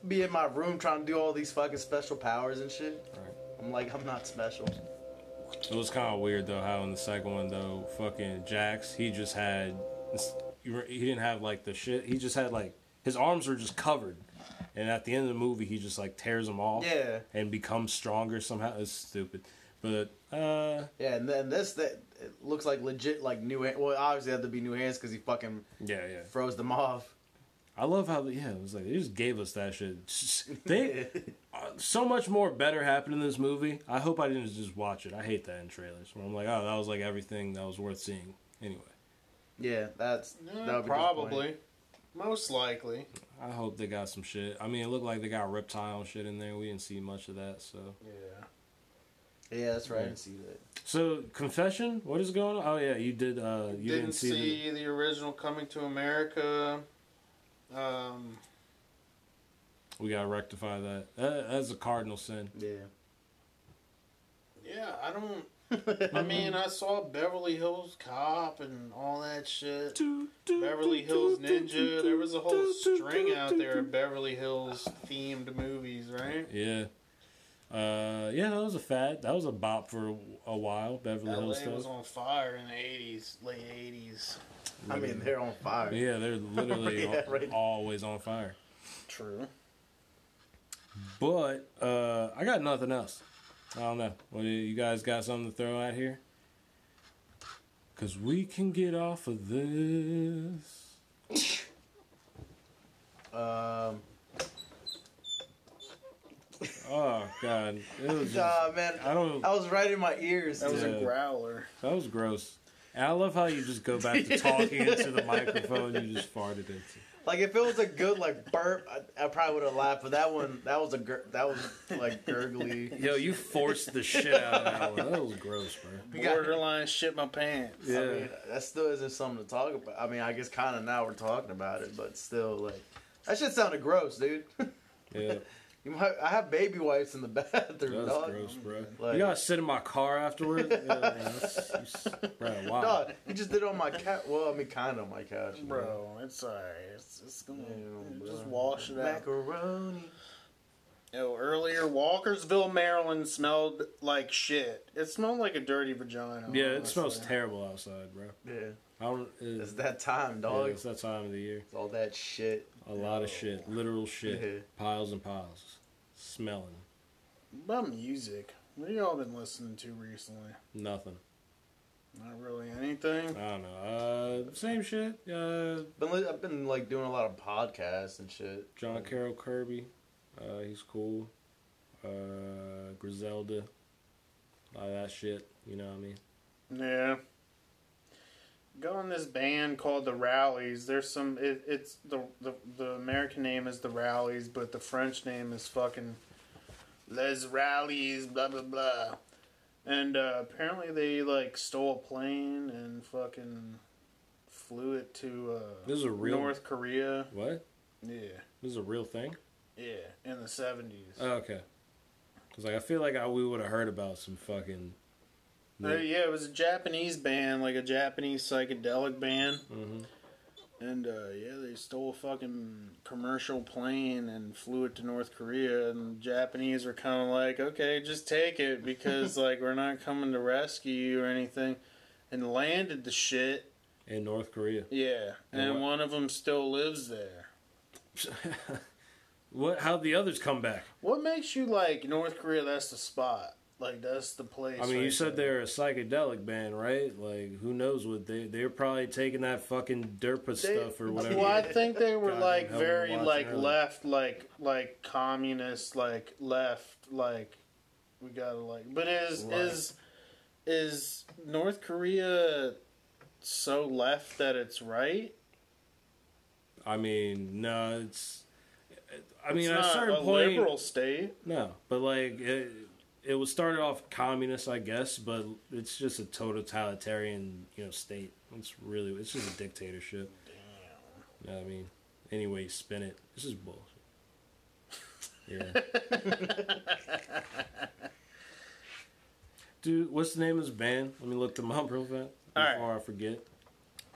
[SPEAKER 3] be in my room trying to do all these fucking special powers and shit.
[SPEAKER 1] Right.
[SPEAKER 3] I'm like, I'm not special.
[SPEAKER 1] It was kind of weird though how in the second one though, fucking Jax, he just had you re- he didn't have like the shit. He just had like his arms were just covered, and at the end of the movie, he just like tears them off.
[SPEAKER 3] Yeah.
[SPEAKER 1] and becomes stronger somehow. It's stupid, but uh,
[SPEAKER 3] Yeah, and then this that it looks like legit like new. hand- Well, obviously it had to be new hands because he fucking
[SPEAKER 1] yeah, yeah.
[SPEAKER 3] froze them off.
[SPEAKER 1] I love how yeah, it was like they just gave us that shit. They uh, so much more better happened in this movie. I hope I didn't just watch it. I hate that in trailers where I'm like, oh, that was like everything that was worth seeing. Anyway,
[SPEAKER 3] Yeah, that's
[SPEAKER 2] Eh,
[SPEAKER 3] that would be
[SPEAKER 2] probably, most likely.
[SPEAKER 1] I hope they got some shit. I mean, it looked like they got reptile and shit in there. We didn't see much of that. So,
[SPEAKER 2] Yeah.
[SPEAKER 3] disappointing. Yeah, that's right. I didn't see that.
[SPEAKER 1] so confession. What is going on? Oh yeah, you did. uh You
[SPEAKER 2] didn't, see, the... original Coming to America. Um,
[SPEAKER 1] The, we gotta rectify that. that. That's a cardinal sin.
[SPEAKER 3] Yeah.
[SPEAKER 2] yeah, I don't. I mean, I saw Beverly Hills Cop and all that shit. Beverly Hills Ninja. There was a whole string out there of Beverly Hills themed movies, right?
[SPEAKER 1] Yeah. Uh, yeah, that was a fad. That was a bop for a while. Beverly
[SPEAKER 2] LA
[SPEAKER 1] Hills
[SPEAKER 2] was
[SPEAKER 1] stuff.
[SPEAKER 2] on fire in the eighties, late eighties.
[SPEAKER 3] I mean, they're on fire.
[SPEAKER 1] Yeah, they're literally
[SPEAKER 3] Yeah,
[SPEAKER 1] al-
[SPEAKER 3] right.
[SPEAKER 1] always on fire.
[SPEAKER 2] True.
[SPEAKER 1] But uh, I got nothing else. I don't know. What do you you guys got something to throw out here? Cause we can get off of this.
[SPEAKER 3] Um,
[SPEAKER 1] Oh God, it was just,
[SPEAKER 3] nah, uh, man.
[SPEAKER 1] I don't.
[SPEAKER 3] I was right in my ears.
[SPEAKER 2] That was
[SPEAKER 1] Yeah.
[SPEAKER 2] a growler.
[SPEAKER 1] That was gross. And I love how you just go back to talking into the microphone you just farted into.
[SPEAKER 3] Like if it was a good like burp, I, I probably would have laughed. But that one, that was a gur- that was like gurgly.
[SPEAKER 1] Yo, you forced the shit out of that one. That was gross, bro.
[SPEAKER 3] got-
[SPEAKER 2] Borderline shit my pants.
[SPEAKER 1] Yeah.
[SPEAKER 3] I mean, that still isn't something to talk about. I mean, I guess kind of now we're talking about it, but still, like that shit sounded gross, dude.
[SPEAKER 1] Yeah,
[SPEAKER 3] you might, I have baby wipes in the bathroom,
[SPEAKER 1] that was
[SPEAKER 3] dog.
[SPEAKER 1] gross, bro.
[SPEAKER 3] Like-
[SPEAKER 1] you gotta sit in my car afterwards. Yeah, that's, you s- bro, wow.
[SPEAKER 3] Dog, you just did it on my cat. Well, I mean, kind of on my couch, man.
[SPEAKER 2] Bro, it's alright. It's, it's gonna
[SPEAKER 3] Yeah,
[SPEAKER 2] just
[SPEAKER 3] bro.
[SPEAKER 2] wash it out.
[SPEAKER 3] Macaroni.
[SPEAKER 2] Yo, earlier Walkersville, Maryland smelled like shit. It smelled like a dirty vagina.
[SPEAKER 1] Yeah, it smells
[SPEAKER 2] honestly.
[SPEAKER 1] terrible outside, bro.
[SPEAKER 3] Yeah,
[SPEAKER 1] I don't. It,
[SPEAKER 3] it's that time,
[SPEAKER 1] yeah,
[SPEAKER 3] dog.
[SPEAKER 1] it's that time of the year.
[SPEAKER 3] It's all that shit.
[SPEAKER 1] A lot of shit, literal shit,
[SPEAKER 3] Yeah.
[SPEAKER 1] piles and piles, smelling
[SPEAKER 2] About music. What have y'all been listening to recently?
[SPEAKER 1] nothing.
[SPEAKER 2] Not really anything.
[SPEAKER 1] I don't know. Uh, same shit. Uh,
[SPEAKER 3] Been li- I've been like doing a lot of podcasts and shit.
[SPEAKER 1] John Carroll Kirby, uh, he's cool. Uh, Griselda, a lot of that shit. You know what I mean?
[SPEAKER 2] Yeah. Go on this band called the Rallies. There's some. It, it's the, the the American name is the Rallies, but the French name is fucking Les Rallies. Blah blah blah. And uh, apparently they like stole a plane and fucking flew it to uh,
[SPEAKER 1] This is a real-
[SPEAKER 2] North Korea.
[SPEAKER 1] What?
[SPEAKER 2] Yeah,
[SPEAKER 1] This is a real thing?
[SPEAKER 2] yeah. In the seventies.
[SPEAKER 1] Oh, okay. Cause like I feel like I, we would have heard about some fucking.
[SPEAKER 2] Uh, yeah, it was a Japanese band, like a Japanese psychedelic band.
[SPEAKER 1] Mm-hmm.
[SPEAKER 2] And uh, yeah, they stole a fucking commercial plane and flew it to North Korea. And the Japanese were kind of like, okay, just take it because like we're not coming to rescue you or anything. And landed the shit.
[SPEAKER 1] in North Korea.
[SPEAKER 2] Yeah,
[SPEAKER 1] And
[SPEAKER 2] and
[SPEAKER 1] what-
[SPEAKER 2] one of them still lives there.
[SPEAKER 1] What? How would the others come back?
[SPEAKER 2] What makes you like North Korea? That's the spot. Like that's the place.
[SPEAKER 1] I mean, you
[SPEAKER 2] right
[SPEAKER 1] said
[SPEAKER 2] there.
[SPEAKER 1] they're a psychedelic band, right? Like, who knows what they they're probably taking that fucking derpa
[SPEAKER 2] They-
[SPEAKER 1] stuff or whatever.
[SPEAKER 2] Well, I think they were
[SPEAKER 1] Goddamn
[SPEAKER 2] like
[SPEAKER 1] hell, we were
[SPEAKER 2] very
[SPEAKER 1] watching
[SPEAKER 2] like
[SPEAKER 1] earlier.
[SPEAKER 2] left, like like communist, like left, like we gotta like. But is
[SPEAKER 1] Right.
[SPEAKER 2] is is North Korea so left that it's right?
[SPEAKER 1] I mean, no, it's. I mean,
[SPEAKER 2] It's
[SPEAKER 1] at a
[SPEAKER 2] not
[SPEAKER 1] certain
[SPEAKER 2] a
[SPEAKER 1] point,
[SPEAKER 2] liberal state.
[SPEAKER 1] no, but like it, it was started off communist, I guess, but it's just a totalitarian, you know, state. It's really, it's just a dictatorship. Damn. You know what I mean, any way you spin it, this is bullshit. Yeah. Dude, what's the name of this band? Let me look them up real fast
[SPEAKER 2] All right.
[SPEAKER 1] before I forget.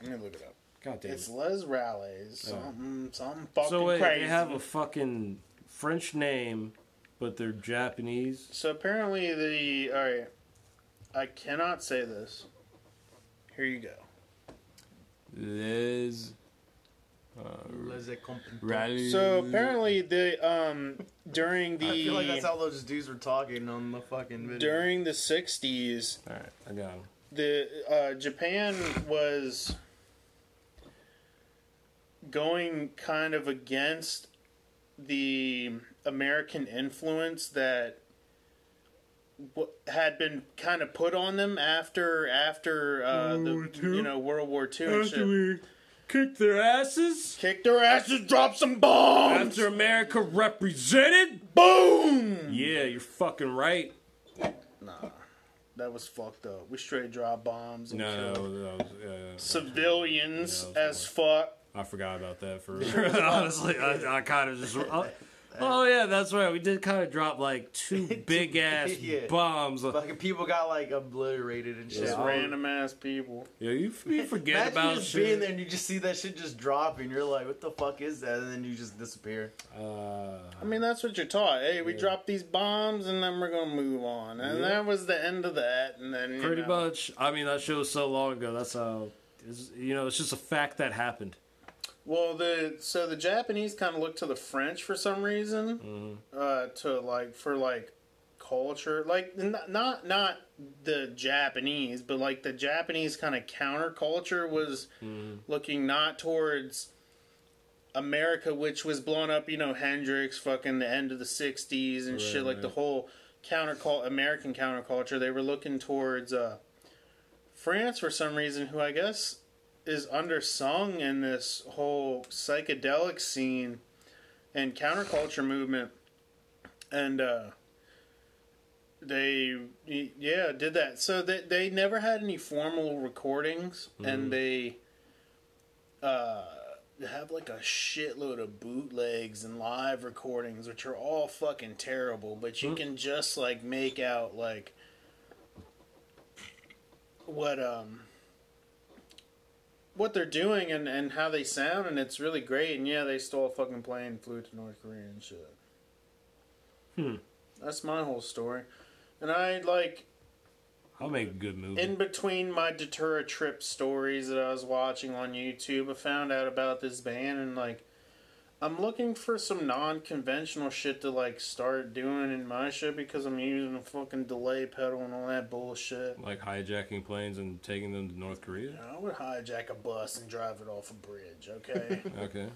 [SPEAKER 2] Let me look it up.
[SPEAKER 1] God damn
[SPEAKER 2] It's
[SPEAKER 1] it.
[SPEAKER 2] Les Rallies. Something, something fucking
[SPEAKER 1] So wait,
[SPEAKER 2] crazy.
[SPEAKER 1] they have a fucking French name, but they're Japanese.
[SPEAKER 2] So apparently the all right. I cannot say this. Here you go.
[SPEAKER 1] Les Rally.
[SPEAKER 2] So apparently the um during the
[SPEAKER 3] I feel like that's how those dudes were talking on the fucking video.
[SPEAKER 2] during the 60s
[SPEAKER 1] All right, I got him.
[SPEAKER 2] the uh, japan was going kind of against the american influence that w- had been kind of put on them after after uh, the
[SPEAKER 1] World War II?
[SPEAKER 2] you know world war ii and shit.
[SPEAKER 1] we kick their asses,
[SPEAKER 2] kick their asses drop some bombs
[SPEAKER 1] after America represented,
[SPEAKER 2] boom
[SPEAKER 1] yeah, you're fucking right.
[SPEAKER 2] nah that was fucked up we straight drop bombs and
[SPEAKER 1] No,
[SPEAKER 2] killed
[SPEAKER 1] no, that was, uh,
[SPEAKER 2] civilians
[SPEAKER 1] Yeah, that was
[SPEAKER 2] as fuck
[SPEAKER 1] I forgot about that for honestly. I, I kind of just. Oh, oh, yeah, that's right. We did kind of drop like two big ass
[SPEAKER 3] Yeah.
[SPEAKER 1] bombs.
[SPEAKER 3] Fucking people got like obliterated and shit.
[SPEAKER 2] Just
[SPEAKER 1] Yeah.
[SPEAKER 2] random ass people.
[SPEAKER 1] Yeah, you, you forget
[SPEAKER 3] Imagine
[SPEAKER 1] about
[SPEAKER 3] just
[SPEAKER 1] shit.
[SPEAKER 3] being there and you just see that shit just dropping. You're like, what the fuck is that? And then you just disappear.
[SPEAKER 1] Uh,
[SPEAKER 2] I mean, that's what you're taught. Hey, we drop these bombs and then we're gonna move on. And
[SPEAKER 1] Yeah.
[SPEAKER 2] that was the end of that. And then you
[SPEAKER 1] pretty
[SPEAKER 2] know.
[SPEAKER 1] much. I mean, that show was so long ago. That's how. It's, you know, it's just a fact that happened.
[SPEAKER 2] Well, the so the Japanese kind of look to the French for some
[SPEAKER 1] Mm-hmm.
[SPEAKER 2] reason, uh, to like for like culture, like n- not not the Japanese, but like the Japanese kind of counterculture was
[SPEAKER 1] Mm-hmm.
[SPEAKER 2] looking not towards America, which was blown up, you know, Hendrix, fucking the end of the 60s and shit,
[SPEAKER 1] Right,
[SPEAKER 2] like the
[SPEAKER 1] right.
[SPEAKER 2] whole countercult, American counterculture. They were looking towards uh, France for some reason, who I guess is undersung in this whole psychedelic scene and counterculture movement. And, uh, they y- yeah did that so they, they never had any formal recordings and they uh have like a shitload of bootlegs and live recordings which are all fucking terrible but you can just like make out like what um what they're doing and and how they sound and it's really great and yeah they stole a fucking plane and flew to north korea and shit
[SPEAKER 1] Hmm.
[SPEAKER 2] that's my whole story and i like
[SPEAKER 1] I'll make a good movie.
[SPEAKER 2] in between my Datura trip stories that I was watching on YouTube, I found out about this band and like I'm looking for some non-conventional shit to like start doing in my shit because I'm using a fucking delay pedal and all that bullshit.
[SPEAKER 1] like hijacking planes and taking them to North Korea.
[SPEAKER 2] I would hijack a bus and drive it off a bridge, okay?
[SPEAKER 1] Okay.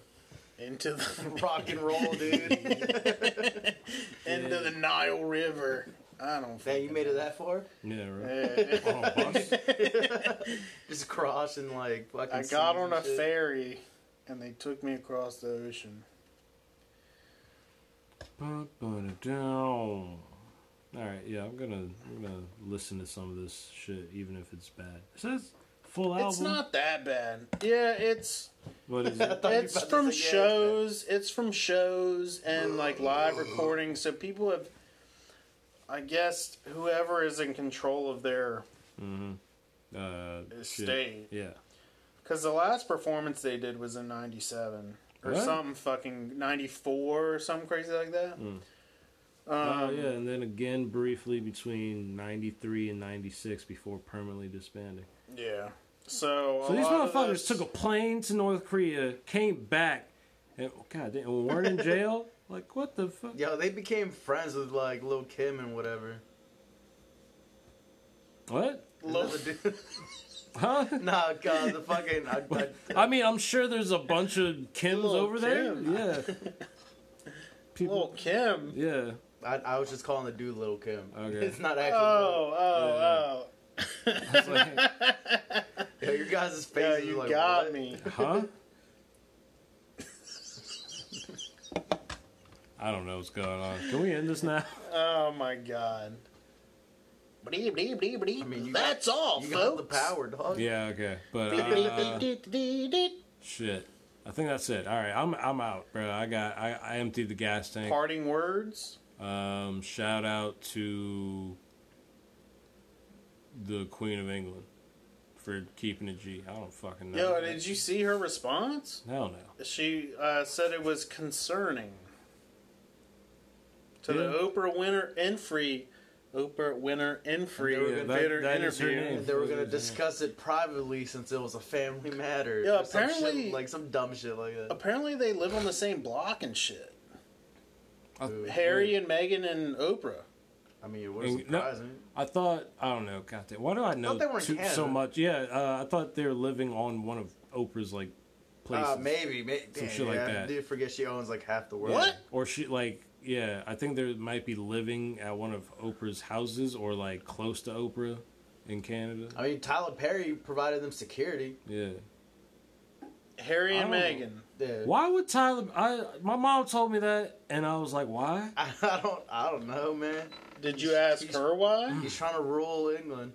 [SPEAKER 2] Into the
[SPEAKER 3] Rock and roll, dude.
[SPEAKER 2] into the Nile River. I don't.
[SPEAKER 3] Damn, you made it that far?
[SPEAKER 1] Yeah. Right.
[SPEAKER 2] fucking-
[SPEAKER 1] On a bus.
[SPEAKER 3] Just crossing like fucking.
[SPEAKER 2] I got
[SPEAKER 3] seas
[SPEAKER 2] on
[SPEAKER 3] and
[SPEAKER 2] a
[SPEAKER 3] shit.
[SPEAKER 2] ferry and they took me across the ocean.
[SPEAKER 1] All right, yeah, I'm gonna I'm gonna listen to some of this shit, even if it's bad. It says full album.
[SPEAKER 2] It's not that bad. Yeah, it's
[SPEAKER 1] What is it?
[SPEAKER 3] thought you were
[SPEAKER 2] it's
[SPEAKER 3] about to
[SPEAKER 2] from
[SPEAKER 3] say, yeah, it's
[SPEAKER 2] shows. It's from shows and like live recordings. So people have, I guess, whoever is in control of their
[SPEAKER 1] Uh,
[SPEAKER 2] Estate.
[SPEAKER 1] shit. Yeah.
[SPEAKER 2] because the last performance they did was in '97 or
[SPEAKER 1] What?
[SPEAKER 2] something fucking '94 or something crazy like that.
[SPEAKER 1] Hmm.
[SPEAKER 2] Um,
[SPEAKER 1] Oh yeah, and then again briefly between '93 and '96 before permanently disbanding.
[SPEAKER 2] Yeah. So,
[SPEAKER 1] So
[SPEAKER 2] a
[SPEAKER 1] these
[SPEAKER 2] lot of
[SPEAKER 1] motherfuckers
[SPEAKER 2] those-
[SPEAKER 1] took a plane to North Korea, came back, and God damn, and weren't in jail. Like what the fuck?
[SPEAKER 3] Yo, they became friends with like Lil Kim and whatever.
[SPEAKER 1] What?
[SPEAKER 2] Lil-
[SPEAKER 1] Huh?
[SPEAKER 3] nah, God, the fucking. I, I,
[SPEAKER 1] I mean, I'm sure there's a bunch of Kims
[SPEAKER 2] Little
[SPEAKER 1] over there.
[SPEAKER 2] Kim.
[SPEAKER 1] Yeah.
[SPEAKER 2] Lil
[SPEAKER 1] People.
[SPEAKER 2] Kim.
[SPEAKER 1] Yeah.
[SPEAKER 3] I, I was just calling the dude Lil Kim.
[SPEAKER 1] Okay.
[SPEAKER 3] It's not actually.
[SPEAKER 2] Oh, oh,
[SPEAKER 1] It's like,
[SPEAKER 3] Yo, your guys'
[SPEAKER 2] oh! Yeah,
[SPEAKER 3] faces.
[SPEAKER 2] you
[SPEAKER 3] like,
[SPEAKER 2] got
[SPEAKER 3] what?
[SPEAKER 2] me.
[SPEAKER 1] huh? I don't know what's going on. Can we end this now?
[SPEAKER 2] Oh my god. Bleep, bleep, bleep, bleep.
[SPEAKER 3] I mean, you
[SPEAKER 2] That's
[SPEAKER 3] got,
[SPEAKER 2] all,
[SPEAKER 3] You got the
[SPEAKER 2] folks.
[SPEAKER 3] power, dog.
[SPEAKER 1] Yeah. Okay. But uh,
[SPEAKER 2] Parting
[SPEAKER 1] shit. I think that's it. All right, I'm I'm out, bro. I got I, I emptied the gas tank.
[SPEAKER 2] words.
[SPEAKER 1] Um, shout out to the Queen of England for keeping a G. I don't fucking know.
[SPEAKER 2] Yo, did you see her response?
[SPEAKER 1] Hell no.
[SPEAKER 2] She uh, said it was concerning to the
[SPEAKER 1] Yeah.
[SPEAKER 2] Oprah winner Infree. Oprah winner Infree
[SPEAKER 1] Yeah, that-
[SPEAKER 2] bitter
[SPEAKER 1] that is her
[SPEAKER 2] interview.
[SPEAKER 1] name.
[SPEAKER 3] They were gonna discuss it privately since it was a family matter.
[SPEAKER 2] Yeah,
[SPEAKER 3] or some shit-
[SPEAKER 2] apparently-
[SPEAKER 3] like some dumb shit like that.
[SPEAKER 2] Apparently, they live on the same block and shit.
[SPEAKER 1] I-
[SPEAKER 2] Harry and Meghan and Oprah.
[SPEAKER 3] I mean, it was
[SPEAKER 1] And- no,
[SPEAKER 3] surprising.
[SPEAKER 1] I thought I don't know. Goddamn, why do I know
[SPEAKER 3] they were in
[SPEAKER 1] too- so
[SPEAKER 3] Canada.
[SPEAKER 1] much? Yeah, uh, I thought they were living on one of Oprah's like places.
[SPEAKER 3] Uh, maybe, maybe
[SPEAKER 1] Some shit like that.
[SPEAKER 3] I did forget she owns like half the world.
[SPEAKER 2] What?
[SPEAKER 1] Or she like yeah. I think they might be living at one of Oprah's houses or like close to Oprah in Canada.
[SPEAKER 3] I mean, Tyler Perry provided them security.
[SPEAKER 1] Yeah.
[SPEAKER 2] Harry and
[SPEAKER 3] Oh.
[SPEAKER 1] I don't-
[SPEAKER 2] Meghan.
[SPEAKER 3] Yeah.
[SPEAKER 1] Why would Tyler? I my mom told me that, and I was like, why?
[SPEAKER 3] I, I don't, I don't know, man.
[SPEAKER 2] Did you ask
[SPEAKER 3] he's-
[SPEAKER 2] her why?
[SPEAKER 3] He's trying to rule England.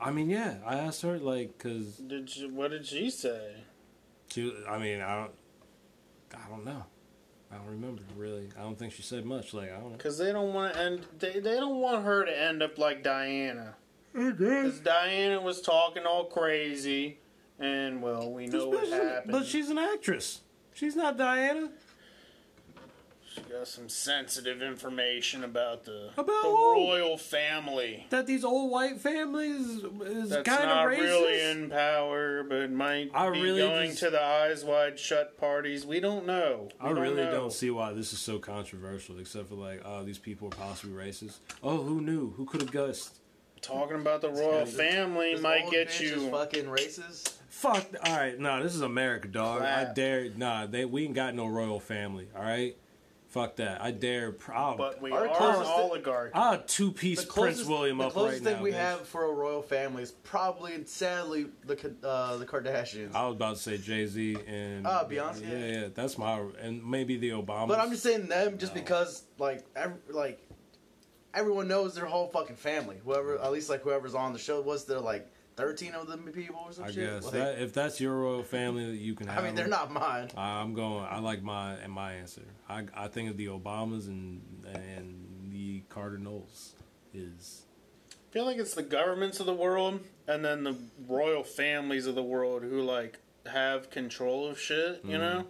[SPEAKER 1] I mean, yeah. I asked her like because
[SPEAKER 2] Did you, what did she say?
[SPEAKER 1] she. I mean, I don't. I don't know. I don't remember really. I don't think she said much. Like I don't know.
[SPEAKER 2] Because they don't want to end. They, they don't want her to end up like Diana. Because Diana was talking all crazy, and well, we know what happened.
[SPEAKER 1] But she's an actress. She's not Diana.
[SPEAKER 2] She got some sensitive information about the
[SPEAKER 1] About
[SPEAKER 2] the
[SPEAKER 1] who?
[SPEAKER 2] royal family.
[SPEAKER 1] That these old white families is
[SPEAKER 2] That's
[SPEAKER 1] kind
[SPEAKER 2] not
[SPEAKER 1] of racist.
[SPEAKER 2] really in power, but might
[SPEAKER 1] I
[SPEAKER 2] be
[SPEAKER 1] really
[SPEAKER 2] going
[SPEAKER 1] just-
[SPEAKER 2] to the eyes wide shut parties. We don't know. We
[SPEAKER 1] I really
[SPEAKER 2] know.
[SPEAKER 1] don't see why this is so controversial, except for like, oh, these people are possibly racist. Oh, who knew? Who could have guessed?
[SPEAKER 2] Talking about the royal
[SPEAKER 3] This-
[SPEAKER 2] family
[SPEAKER 3] this
[SPEAKER 2] might
[SPEAKER 3] old
[SPEAKER 2] get
[SPEAKER 3] bitch
[SPEAKER 2] you.
[SPEAKER 3] Is fucking racist.
[SPEAKER 1] Fuck. All right. Nah, this is America, dog. I
[SPEAKER 2] Clap.
[SPEAKER 1] dare. Nah, they we ain't got no royal family. All right. Fuck that. I dare. I'll,
[SPEAKER 2] But we
[SPEAKER 3] Our
[SPEAKER 2] are an
[SPEAKER 3] closest-
[SPEAKER 2] oligarch.
[SPEAKER 1] I'll two piece Prince William
[SPEAKER 3] the
[SPEAKER 1] up
[SPEAKER 3] closest
[SPEAKER 1] right
[SPEAKER 3] thing
[SPEAKER 1] now.
[SPEAKER 3] we
[SPEAKER 1] bitch.
[SPEAKER 3] have for a royal family is probably, sadly, the Ka- uh, the Kardashians.
[SPEAKER 1] I was about to say Jay Z and
[SPEAKER 3] Ah, Beyonce.
[SPEAKER 1] Yeah, yeah, that's my and maybe the Obamas.
[SPEAKER 3] but I'm just saying them just because, like, ev like everyone knows their whole fucking family. Whoever, at least like whoever's on the show, was there like 13 of them people or some
[SPEAKER 1] I
[SPEAKER 3] shit?
[SPEAKER 1] guess
[SPEAKER 3] Like,
[SPEAKER 1] that, if that's your royal family that you can have.
[SPEAKER 3] I mean, they're
[SPEAKER 1] them.
[SPEAKER 3] not mine.
[SPEAKER 1] I'm going. I like my and my answer. I I think of the Obamas and and the Cardinals is
[SPEAKER 2] I feel like it's the governments of the world and then the royal families of the world who like have control of shit.
[SPEAKER 1] Mm-hmm.
[SPEAKER 2] You know,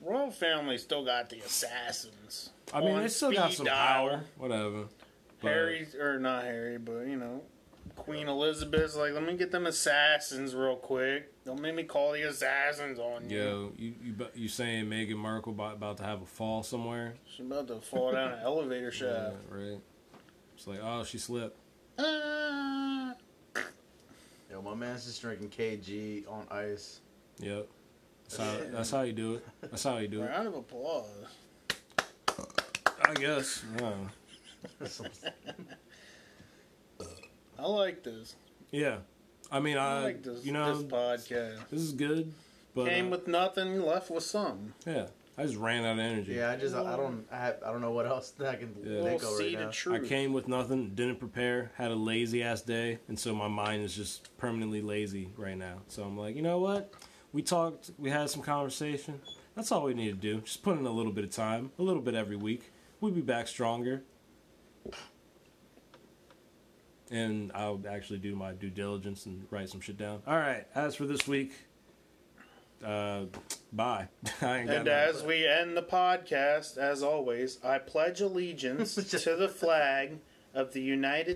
[SPEAKER 2] royal family still got the assassins.
[SPEAKER 1] I mean,
[SPEAKER 2] on
[SPEAKER 1] they still got
[SPEAKER 2] speed
[SPEAKER 1] some
[SPEAKER 2] dial.
[SPEAKER 1] power. Whatever. But-
[SPEAKER 2] Harry or not Harry, but you know, Queen Elizabeth's like, let me get them assassins real quick. Don't make me call the assassins on you.
[SPEAKER 1] Yo, you you bu- you saying Meghan Markle about, about to have a fall somewhere?
[SPEAKER 2] She's about to fall down an elevator shaft.
[SPEAKER 1] Yeah, right. It's like, oh, she slipped.
[SPEAKER 2] Ah.
[SPEAKER 3] Yo, my man's just drinking KG on ice.
[SPEAKER 1] Yep. That's how, that's how you do it. That's how you do it.
[SPEAKER 2] Round of applause.
[SPEAKER 1] I guess. I don't know.
[SPEAKER 2] I like this.
[SPEAKER 1] Yeah. I mean,
[SPEAKER 2] I
[SPEAKER 1] I,
[SPEAKER 2] like this.
[SPEAKER 1] Uh, you know,
[SPEAKER 2] this
[SPEAKER 1] this,
[SPEAKER 2] podcast
[SPEAKER 1] is good, but
[SPEAKER 2] came
[SPEAKER 1] uh,
[SPEAKER 2] with nothing, left with some.
[SPEAKER 1] yeah, I just ran out of energy.
[SPEAKER 3] Yeah, I just I don't I have I don't know what else that I can
[SPEAKER 1] Yeah.
[SPEAKER 3] think
[SPEAKER 2] Little
[SPEAKER 3] of right
[SPEAKER 2] seed
[SPEAKER 3] now.
[SPEAKER 2] of
[SPEAKER 1] I
[SPEAKER 2] truth.
[SPEAKER 1] came with nothing, didn't prepare, had a lazy ass day, and so my mind is just permanently lazy right now. So I'm like, you know what? We talked, we had some conversation. That's all we need to do. Just put in a little bit of time, a little bit every week. We'll be back stronger. And I'll actually do my due diligence and write some shit down. All right, as for this week, uh, bye. I ain't got
[SPEAKER 2] And
[SPEAKER 1] nothing.
[SPEAKER 2] as we end the podcast, as always, I pledge allegiance to the flag of the United